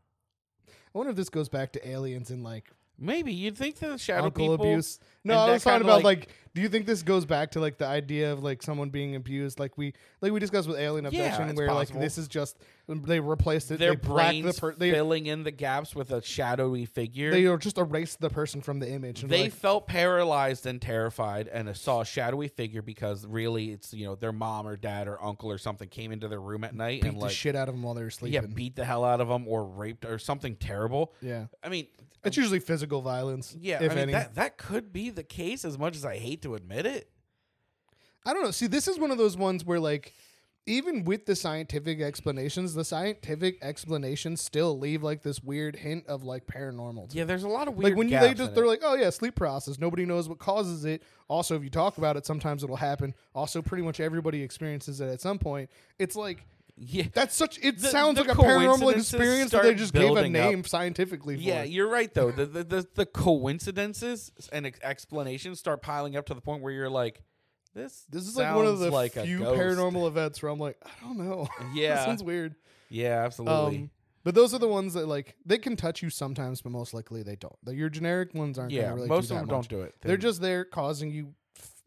Speaker 2: I wonder if this goes back to aliens and like
Speaker 1: Maybe you'd think that the shadow
Speaker 2: alcohol
Speaker 1: people
Speaker 2: abuse. No,
Speaker 1: and
Speaker 2: I
Speaker 1: that
Speaker 2: was talking
Speaker 1: kinda,
Speaker 2: about like,
Speaker 1: like-
Speaker 2: do you think this goes back to like the idea of like someone being abused, like we like we discussed with alien
Speaker 1: Yeah,
Speaker 2: abduction,
Speaker 1: it's
Speaker 2: where
Speaker 1: possible.
Speaker 2: like this is just they replaced it,
Speaker 1: their
Speaker 2: they blacked
Speaker 1: brains
Speaker 2: the per- they
Speaker 1: filling in the gaps with a shadowy figure.
Speaker 2: they
Speaker 1: They,
Speaker 2: are just erased the person from the image. And like,
Speaker 1: felt paralyzed and terrified and saw a shadowy figure because really it's you know their mom or dad or uncle or something came into their room at night
Speaker 2: beat
Speaker 1: and
Speaker 2: the
Speaker 1: like
Speaker 2: shit out of them while they were
Speaker 1: yeah
Speaker 2: sleeping.
Speaker 1: beat the hell out of them or raped or something terrible.
Speaker 2: Yeah.
Speaker 1: I mean,
Speaker 2: it's usually physical violence.
Speaker 1: yeah,
Speaker 2: if
Speaker 1: I mean
Speaker 2: any.
Speaker 1: that that could be the case. As much as I hate to admit it,
Speaker 2: I don't know. See, this is one of those ones where like even with the scientific explanations, the scientific explanations still leave like this weird hint of like paranormal. To
Speaker 1: yeah, there's a lot of weird.
Speaker 2: like when you,
Speaker 1: gaps
Speaker 2: they just
Speaker 1: in
Speaker 2: they're
Speaker 1: it.
Speaker 2: like, oh yeah, sleep paralysis. Nobody knows what causes it. Also, if you talk about it, sometimes it'll happen. Also, pretty much everybody experiences it at some point. It's like
Speaker 1: yeah,
Speaker 2: that's such. It
Speaker 1: The-
Speaker 2: sounds
Speaker 1: the
Speaker 2: like a paranormal
Speaker 1: coincidences
Speaker 2: experience that they
Speaker 1: start
Speaker 2: just gave a
Speaker 1: building up.
Speaker 2: name scientifically. For
Speaker 1: yeah,
Speaker 2: it.
Speaker 1: you're right though. The, the the the coincidences and ex- explanations start piling up to the point where you're like, this
Speaker 2: this is like one of
Speaker 1: sounds
Speaker 2: the
Speaker 1: like a
Speaker 2: few
Speaker 1: ghost.
Speaker 2: paranormal events where I'm like, I don't know.
Speaker 1: Yeah.
Speaker 2: this sounds weird.
Speaker 1: Yeah, absolutely.
Speaker 2: Um, but those are the ones that like they can touch you sometimes, but most likely they don't. The- Your generic ones aren't.
Speaker 1: yeah,
Speaker 2: gonna really
Speaker 1: most
Speaker 2: do
Speaker 1: of
Speaker 2: that
Speaker 1: them
Speaker 2: much.
Speaker 1: don't do it.
Speaker 2: They're just there causing you f-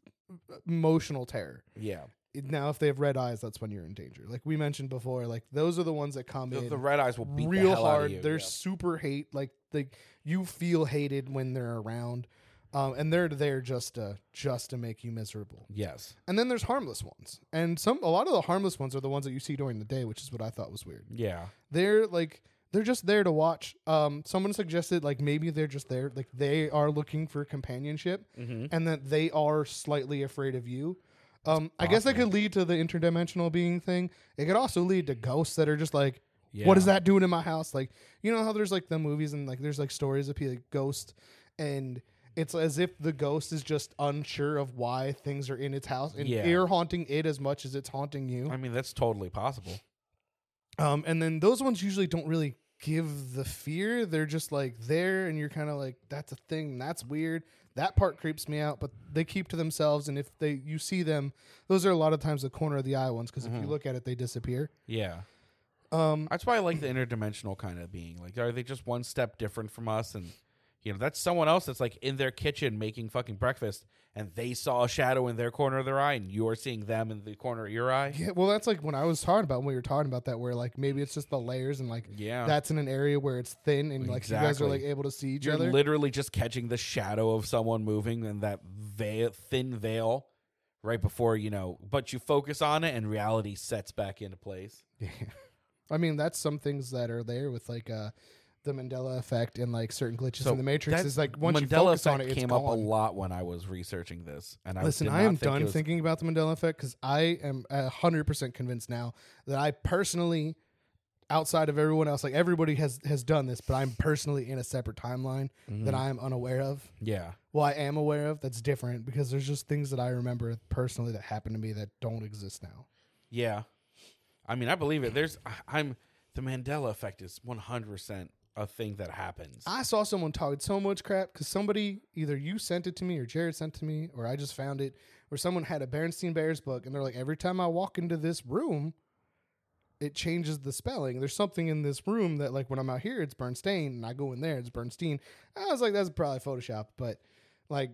Speaker 2: emotional terror.
Speaker 1: yeah.
Speaker 2: now if they have red eyes that's when you're in danger like we mentioned before like those are the ones that come
Speaker 1: The,
Speaker 2: in
Speaker 1: the red eyes will beat the
Speaker 2: real
Speaker 1: hell out of
Speaker 2: hard
Speaker 1: you,
Speaker 2: they're
Speaker 1: yeah.
Speaker 2: super hate like they you feel hated when they're around um, and they're there just to just to make you miserable
Speaker 1: yes,
Speaker 2: and then there's harmless ones and some a lot of the harmless ones are the ones that you see during the day which is what i thought was weird
Speaker 1: yeah.
Speaker 2: they're like they're just there to watch um, someone suggested like maybe they're just there like they are looking for companionship
Speaker 1: Mm-hmm.
Speaker 2: and that they are slightly afraid of you um, i guess that could lead to the interdimensional being thing it could also lead to ghosts that are just like what is
Speaker 1: Yeah.
Speaker 2: that doing in my house like you know how there's like the movies and like there's like stories of people like ghosts and it's as if the ghost is just unsure of why things are in its house and
Speaker 1: Yeah.
Speaker 2: you're haunting it as much as it's haunting you
Speaker 1: I mean, that's totally possible.
Speaker 2: um, and then those ones usually don't really give the fear. They're just like there, and you're kind of like, that's a thing. That's weird. That part creeps me out. But they keep to themselves, and if they you see them, those are a lot of times the corner of the eye ones because if
Speaker 1: Mm-hmm.
Speaker 2: you look at it, they disappear.
Speaker 1: Yeah.
Speaker 2: Um,
Speaker 1: That's why I like the interdimensional kind of being. Like, are they just one step different from us? And you know, that's someone else that's like in their kitchen making fucking breakfast, and they saw a shadow in their corner of their eye, and you're seeing them in the corner of your eye.
Speaker 2: yeah, well, that's like when I was talking about when we were talking about that, where like maybe it's just the layers, and like
Speaker 1: Yeah.
Speaker 2: that's in an area where it's thin, and like you guys are
Speaker 1: Exactly.
Speaker 2: like able to see each
Speaker 1: You're
Speaker 2: other.
Speaker 1: literally just catching the shadow of someone moving and that veil, thin veil right before you know. But you focus on it, and reality sets back into place.
Speaker 2: Yeah. I mean, that's some things that are there with like uh the Mandela effect and like certain glitches in the Matrix.
Speaker 1: that
Speaker 2: Is like once you
Speaker 1: Mandela
Speaker 2: focus on it,
Speaker 1: effect
Speaker 2: it's
Speaker 1: came
Speaker 2: gone.
Speaker 1: up a lot when I was researching this, and I
Speaker 2: Listen,
Speaker 1: did
Speaker 2: I
Speaker 1: not
Speaker 2: am
Speaker 1: think it
Speaker 2: done
Speaker 1: was-
Speaker 2: thinking about the Mandela effect because I am hundred percent convinced now that I personally, outside of everyone else, like everybody has has done this, but I'm personally in a separate timeline
Speaker 1: Mm-hmm.
Speaker 2: that I am unaware of.
Speaker 1: Yeah,
Speaker 2: Well, I am aware of that's different because there's just things that I remember personally that happened to me that don't exist now.
Speaker 1: Yeah. I mean, I believe it. There's I- I'm the Mandela effect is 100% a thing that happens.
Speaker 2: I saw someone talking so much crap because somebody either you sent it to me or Jared sent it to me or I just found it where someone had a Berenstein Bears book and they're like, every time I walk into this room, it changes the spelling. There's something in this room that like when I'm out here, it's Bernstein, and I go in there, it's Bernstein. I was like, that's probably Photoshop, but like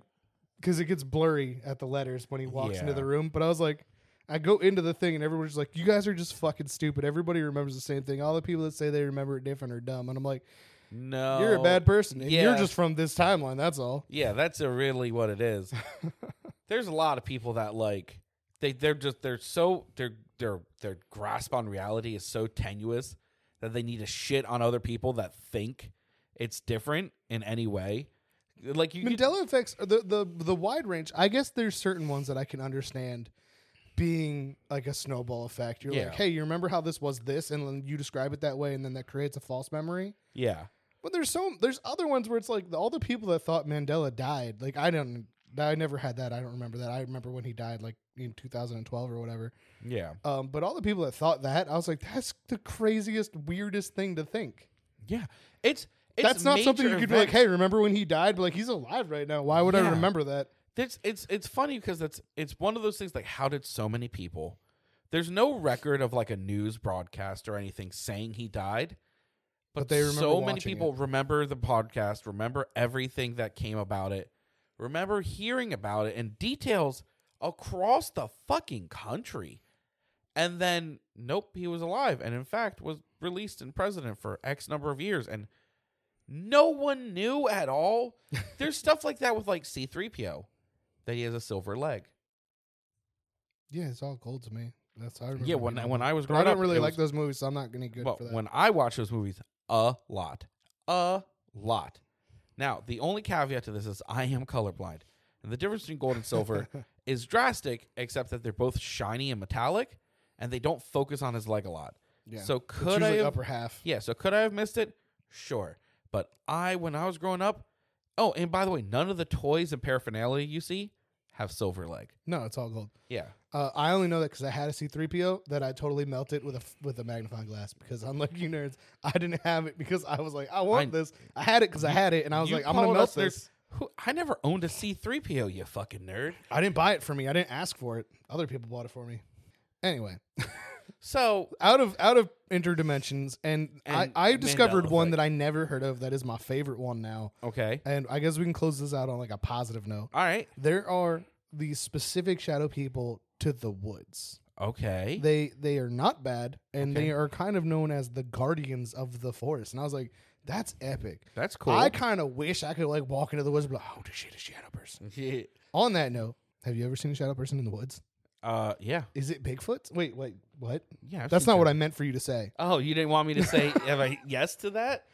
Speaker 2: because it gets blurry at the letters when he walks into
Speaker 1: Yeah.
Speaker 2: the room. But I was like. I go into the thing and everyone's just like, "You guys are just fucking stupid." Everybody remembers the same thing. All the people that say they remember it different are dumb. And I'm like,
Speaker 1: no.
Speaker 2: you're a bad person. and You're
Speaker 1: yeah.
Speaker 2: just from this timeline. That's all.
Speaker 1: Yeah, that's a really what it is. There's a lot of people that like they they're just they're so their their their grasp on reality is so tenuous that they need to shit on other people that think it's different in any way. Like you could-
Speaker 2: Mandela effects, are the, the the wide range. I guess there's certain ones that I can understand being like a snowball effect. You're
Speaker 1: Yeah.
Speaker 2: like, hey, you remember how this was this, and then you describe it that way, and then that creates a false memory.
Speaker 1: yeah.
Speaker 2: But there's so there's other ones where it's like all the people that thought Mandela died. Like I don't, I never had that. I don't remember that. I remember when he died, like in 2012 or whatever.
Speaker 1: Yeah.
Speaker 2: Um, but all the people that thought that, I was like, that's the craziest, weirdest thing to think.
Speaker 1: Yeah. It's it's
Speaker 2: that's not something you
Speaker 1: major
Speaker 2: could be like,
Speaker 1: events.
Speaker 2: hey, remember when he died? But like, he's alive right now. Why would I
Speaker 1: Yeah.
Speaker 2: remember that?
Speaker 1: That's it's it's funny because that's it's one of those things like how did so many people there's no record of like a news broadcast or anything saying he died. But,
Speaker 2: But they remember
Speaker 1: so many
Speaker 2: watching
Speaker 1: people remember the podcast, remember everything that came about it, remember hearing about it and details across the fucking country. And then nope, he was alive and in fact was released and president for X number of years and no one knew at all. There's stuff like that with like C3PO that he has a silver leg.
Speaker 2: Yeah, it's all gold to me. That's how I remember.
Speaker 1: Yeah, when
Speaker 2: being
Speaker 1: when I was
Speaker 2: But I
Speaker 1: growing
Speaker 2: don't
Speaker 1: up,
Speaker 2: really
Speaker 1: it
Speaker 2: like
Speaker 1: was-
Speaker 2: those movies, so I'm not gonna be good
Speaker 1: well,
Speaker 2: for that.
Speaker 1: when I watch those movies, a lot, a lot. Now, the only caveat to this is I am colorblind, and the difference between gold and silver is drastic, except that they're both shiny and metallic, and they don't focus on his leg a lot.
Speaker 2: yeah.
Speaker 1: So
Speaker 2: It's
Speaker 1: could I
Speaker 2: usually
Speaker 1: have,
Speaker 2: upper half?
Speaker 1: Yeah, so could I have missed it? Sure. But I, when I was growing up, oh, and by the way, none of the toys and paraphernalia you see have silver leg.
Speaker 2: No, it's all gold.
Speaker 1: Yeah.
Speaker 2: Uh, I only know that because I had a C3PO that I totally melted with a f- with a magnifying glass because unlike you nerds, I didn't have it because I was like, I want
Speaker 1: I-
Speaker 2: this. I had it because I had it, and I was
Speaker 1: You
Speaker 2: like, I'm gonna
Speaker 1: called
Speaker 2: melt
Speaker 1: us nerds.
Speaker 2: this.
Speaker 1: Who, I never owned a C3PO, you fucking nerd.
Speaker 2: I didn't buy it for me. I didn't ask for it. Other people bought it for me. Anyway,
Speaker 1: So,
Speaker 2: out of out of interdimensions and,
Speaker 1: And
Speaker 2: I, I
Speaker 1: Mandela
Speaker 2: discovered one
Speaker 1: effect.
Speaker 2: that I never heard of that is my favorite one now.
Speaker 1: okay.
Speaker 2: And I guess we can close this out on like a positive note.
Speaker 1: All right.
Speaker 2: There are these specific shadow people to the woods.
Speaker 1: Okay.
Speaker 2: They they are not bad and
Speaker 1: Okay.
Speaker 2: they are kind of known as the guardians of the forest. And I was like, that's epic.
Speaker 1: That's cool.
Speaker 2: I kind of wish I could like walk into the woods and be like, oh shit, a shadow person.
Speaker 1: Yeah.
Speaker 2: On that note, have you ever seen a shadow person in the woods?
Speaker 1: uh, yeah.
Speaker 2: Is it Bigfoot? Wait, wait, what?
Speaker 1: Yeah. I've
Speaker 2: That's
Speaker 1: seen
Speaker 2: not what
Speaker 1: that.
Speaker 2: I meant for you to say.
Speaker 1: Oh, you didn't want me to say have I, yes to that?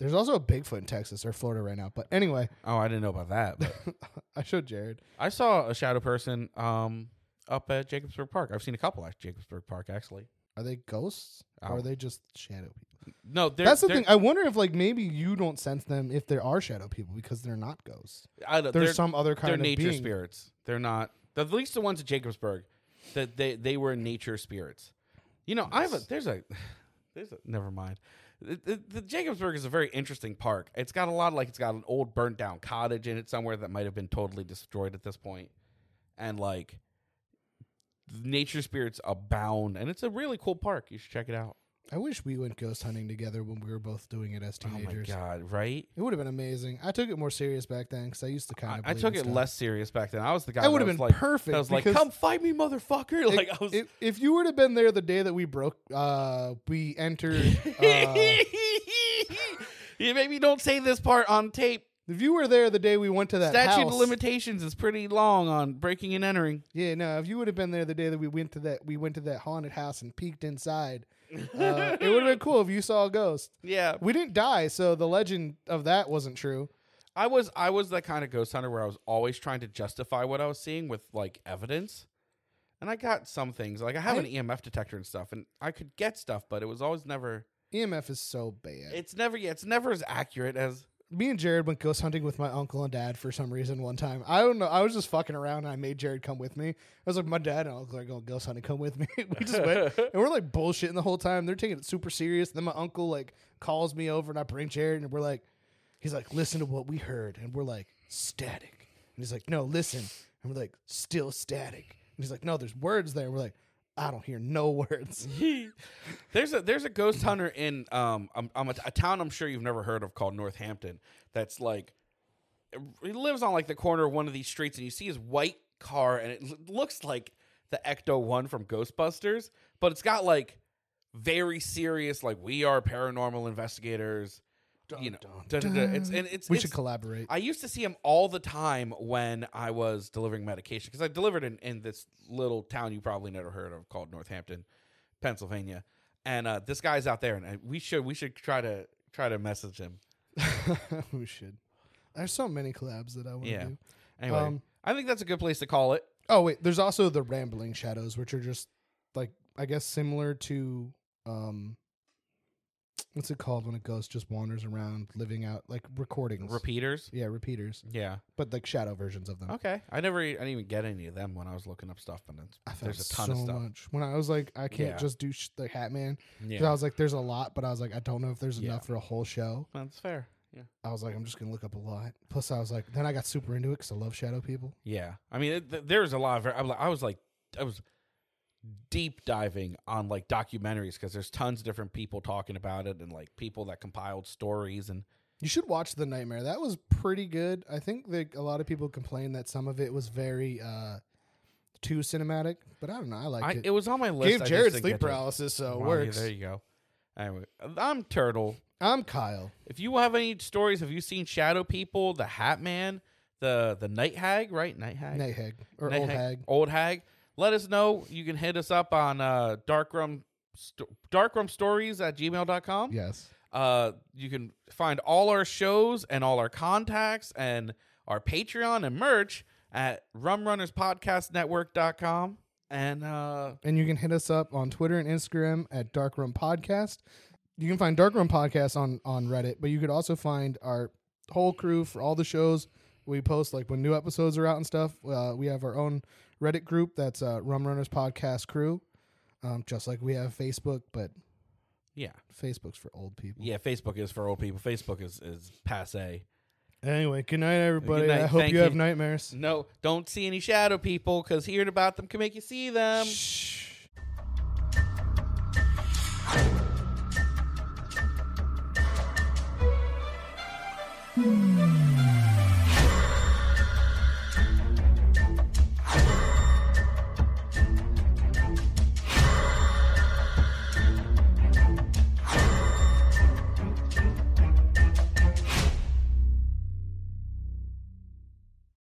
Speaker 2: There's also a Bigfoot in Texas or Florida right now. But anyway,
Speaker 1: Oh, I didn't know about that. But
Speaker 2: I showed Jared.
Speaker 1: I saw a shadow person um, up at Jacobsburg Park. I've seen a couple at Jacobsburg Park, actually.
Speaker 2: Are they ghosts? Or
Speaker 1: Oh.
Speaker 2: are they just shadow people?
Speaker 1: No, they're,
Speaker 2: That's the
Speaker 1: they're-
Speaker 2: thing. I wonder if like maybe you don't sense them if there are shadow people because they're not ghosts.
Speaker 1: I don't-
Speaker 2: There's
Speaker 1: they're-
Speaker 2: some
Speaker 1: they're
Speaker 2: other kind of
Speaker 1: nature
Speaker 2: being.
Speaker 1: spirits. They're not the, at least the ones at Jacobsburg. That they they were nature spirits. You know, I have a there's a there's a never mind. it- it- the Jacobsburg is a very interesting park. It's got a lot of, like it's got an old burnt down cottage in it somewhere that might have been totally destroyed at this point, and like nature spirits abound, and it's a really cool park. You should check it out.
Speaker 2: I wish we went ghost hunting together when we were both doing it as teenagers.
Speaker 1: Oh my god! Right?
Speaker 2: It would have been amazing. I took it more serious back then because I used to kind
Speaker 1: I,
Speaker 2: of.
Speaker 1: I took it less serious back then. I was the guy
Speaker 2: That would have
Speaker 1: was
Speaker 2: been
Speaker 1: like,
Speaker 2: perfect
Speaker 1: I was like,
Speaker 2: because-
Speaker 1: "Come find me, motherfucker!" Like I was.
Speaker 2: if, if you would have been there the day that we broke, uh, we entered. Uh,
Speaker 1: yeah, maybe don't say this part on tape.
Speaker 2: if you were there the day we went to that
Speaker 1: Statute
Speaker 2: house,
Speaker 1: of limitations is pretty long on breaking and entering.
Speaker 2: yeah, no. If you would have been there the day that we went to that, we went to that haunted house and peeked inside. Uh, it would have been cool if you saw a ghost.
Speaker 1: Yeah,
Speaker 2: We didn't die, so the legend of that wasn't true.
Speaker 1: I was I was that kind of ghost hunter where I was always trying to justify what I was seeing with like evidence. And I got some things. Like I have an
Speaker 2: I-
Speaker 1: EMF detector and stuff and I could get stuff, but it was always never
Speaker 2: EMF E is so bad.
Speaker 1: it's never yeah, it's never as accurate as
Speaker 2: me and Jared went ghost hunting with my uncle and dad for some reason one time. I don't know. I was just fucking around and I made Jared come with me. I was like, my dad and uncle are going ghost hunting. Come with me. we just went and we're like bullshitting the whole time. They're taking it super serious. then my uncle like calls me over and I bring Jared and we're like, he's like, listen to what we heard. And we're like, static. And he's like, no, listen. And we're like, still static. And he's like, no, there's words there. And we're like, I don't hear no words.
Speaker 1: There's a there's a ghost hunter in um um um, a, a town I'm sure you've never heard of called Northampton that's like he lives on like the corner of one of these streets and you see his white car and it l- looks like the Ecto 1 from Ghostbusters but it's got like very serious like we are paranormal investigators you know da, da, da. it's and it's
Speaker 2: We
Speaker 1: it's-
Speaker 2: should collaborate.
Speaker 1: I used to see him all the time when I was delivering medication because I delivered in, in this little town you probably never heard of called Northampton, Pennsylvania. And uh, this guy's out there, and I, we should we should try to try to message him.
Speaker 2: we should. There's so many collabs that I want to
Speaker 1: Yeah.
Speaker 2: do.
Speaker 1: Anyway,
Speaker 2: Um,
Speaker 1: I think that's a good place to call it.
Speaker 2: Oh wait, there's also the rambling shadows, which are just like I guess similar to um, what's it called when a ghost just wanders around, living out like recordings.
Speaker 1: Repeaters.
Speaker 2: Yeah, repeaters,
Speaker 1: Yeah.
Speaker 2: but like shadow versions of them.
Speaker 1: Okay. I never e, I didn't even get any of them when I was looking up stuff, but it's-
Speaker 2: I found
Speaker 1: there's a ton
Speaker 2: so
Speaker 1: of stuff.
Speaker 2: much when I was like, I can't
Speaker 1: Yeah.
Speaker 2: just do sh- the Hat Man. 'Cause I
Speaker 1: Yeah.
Speaker 2: was like, there's a lot, but I was like, I don't know if there's
Speaker 1: Yeah.
Speaker 2: enough for a whole show.
Speaker 1: That's fair. Yeah.
Speaker 2: I was like, I'm just gonna look up a lot. Plus, I was like, then I got super into it because I love shadow people.
Speaker 1: Yeah, I mean, it, th- there's a lot of. I'm like- I was like, I was deep diving on like documentaries because there's tons of different people talking about it and like people that compiled stories and
Speaker 2: You should watch The Nightmare. That was pretty good. I think that a lot of people complained that some of it was very uh too cinematic, but I don't know. I liked
Speaker 1: I,
Speaker 2: it.
Speaker 1: it was on my list. I
Speaker 2: Gave
Speaker 1: just
Speaker 2: Jared
Speaker 1: didn't
Speaker 2: sleep
Speaker 1: get to it.
Speaker 2: paralysis, so it
Speaker 1: Wow, yeah,
Speaker 2: works.
Speaker 1: there you go. Anyway, I'm Turtle.
Speaker 2: I'm Kyle.
Speaker 1: If you have any stories, have you seen Shadow People, the Hat Man, the the Night Hag, right? Night Hag,
Speaker 2: Night Hag or
Speaker 1: Night
Speaker 2: Old Hag.
Speaker 1: old hag. Let us know. You can hit us up on uh, darkroom sto- darkroomstories at gmail.com.
Speaker 2: Yes.
Speaker 1: Uh, you can find all our shows and all our contacts and our Patreon and merch at rumrunnerspodcastnetwork.com. And uh,
Speaker 2: And you can hit us up on Twitter and Instagram at Darkroom Podcast. You can find Darkroom Podcast on on Reddit, but you could also find our whole crew for all the shows we post, like when new episodes are out and stuff. Uh, we have our own Reddit group that's uh, Rum Runners Podcast Crew, um, just like we have Facebook, but
Speaker 1: yeah,
Speaker 2: Facebook's for old people.
Speaker 1: yeah, Facebook is for old people. Facebook is, is passe.
Speaker 2: Anyway, good night, everybody.
Speaker 1: Good night.
Speaker 2: I hope
Speaker 1: Thank
Speaker 2: you, have
Speaker 1: you.
Speaker 2: nightmares.
Speaker 1: No, don't see any shadow people because hearing about them can make you see them.
Speaker 2: Shh.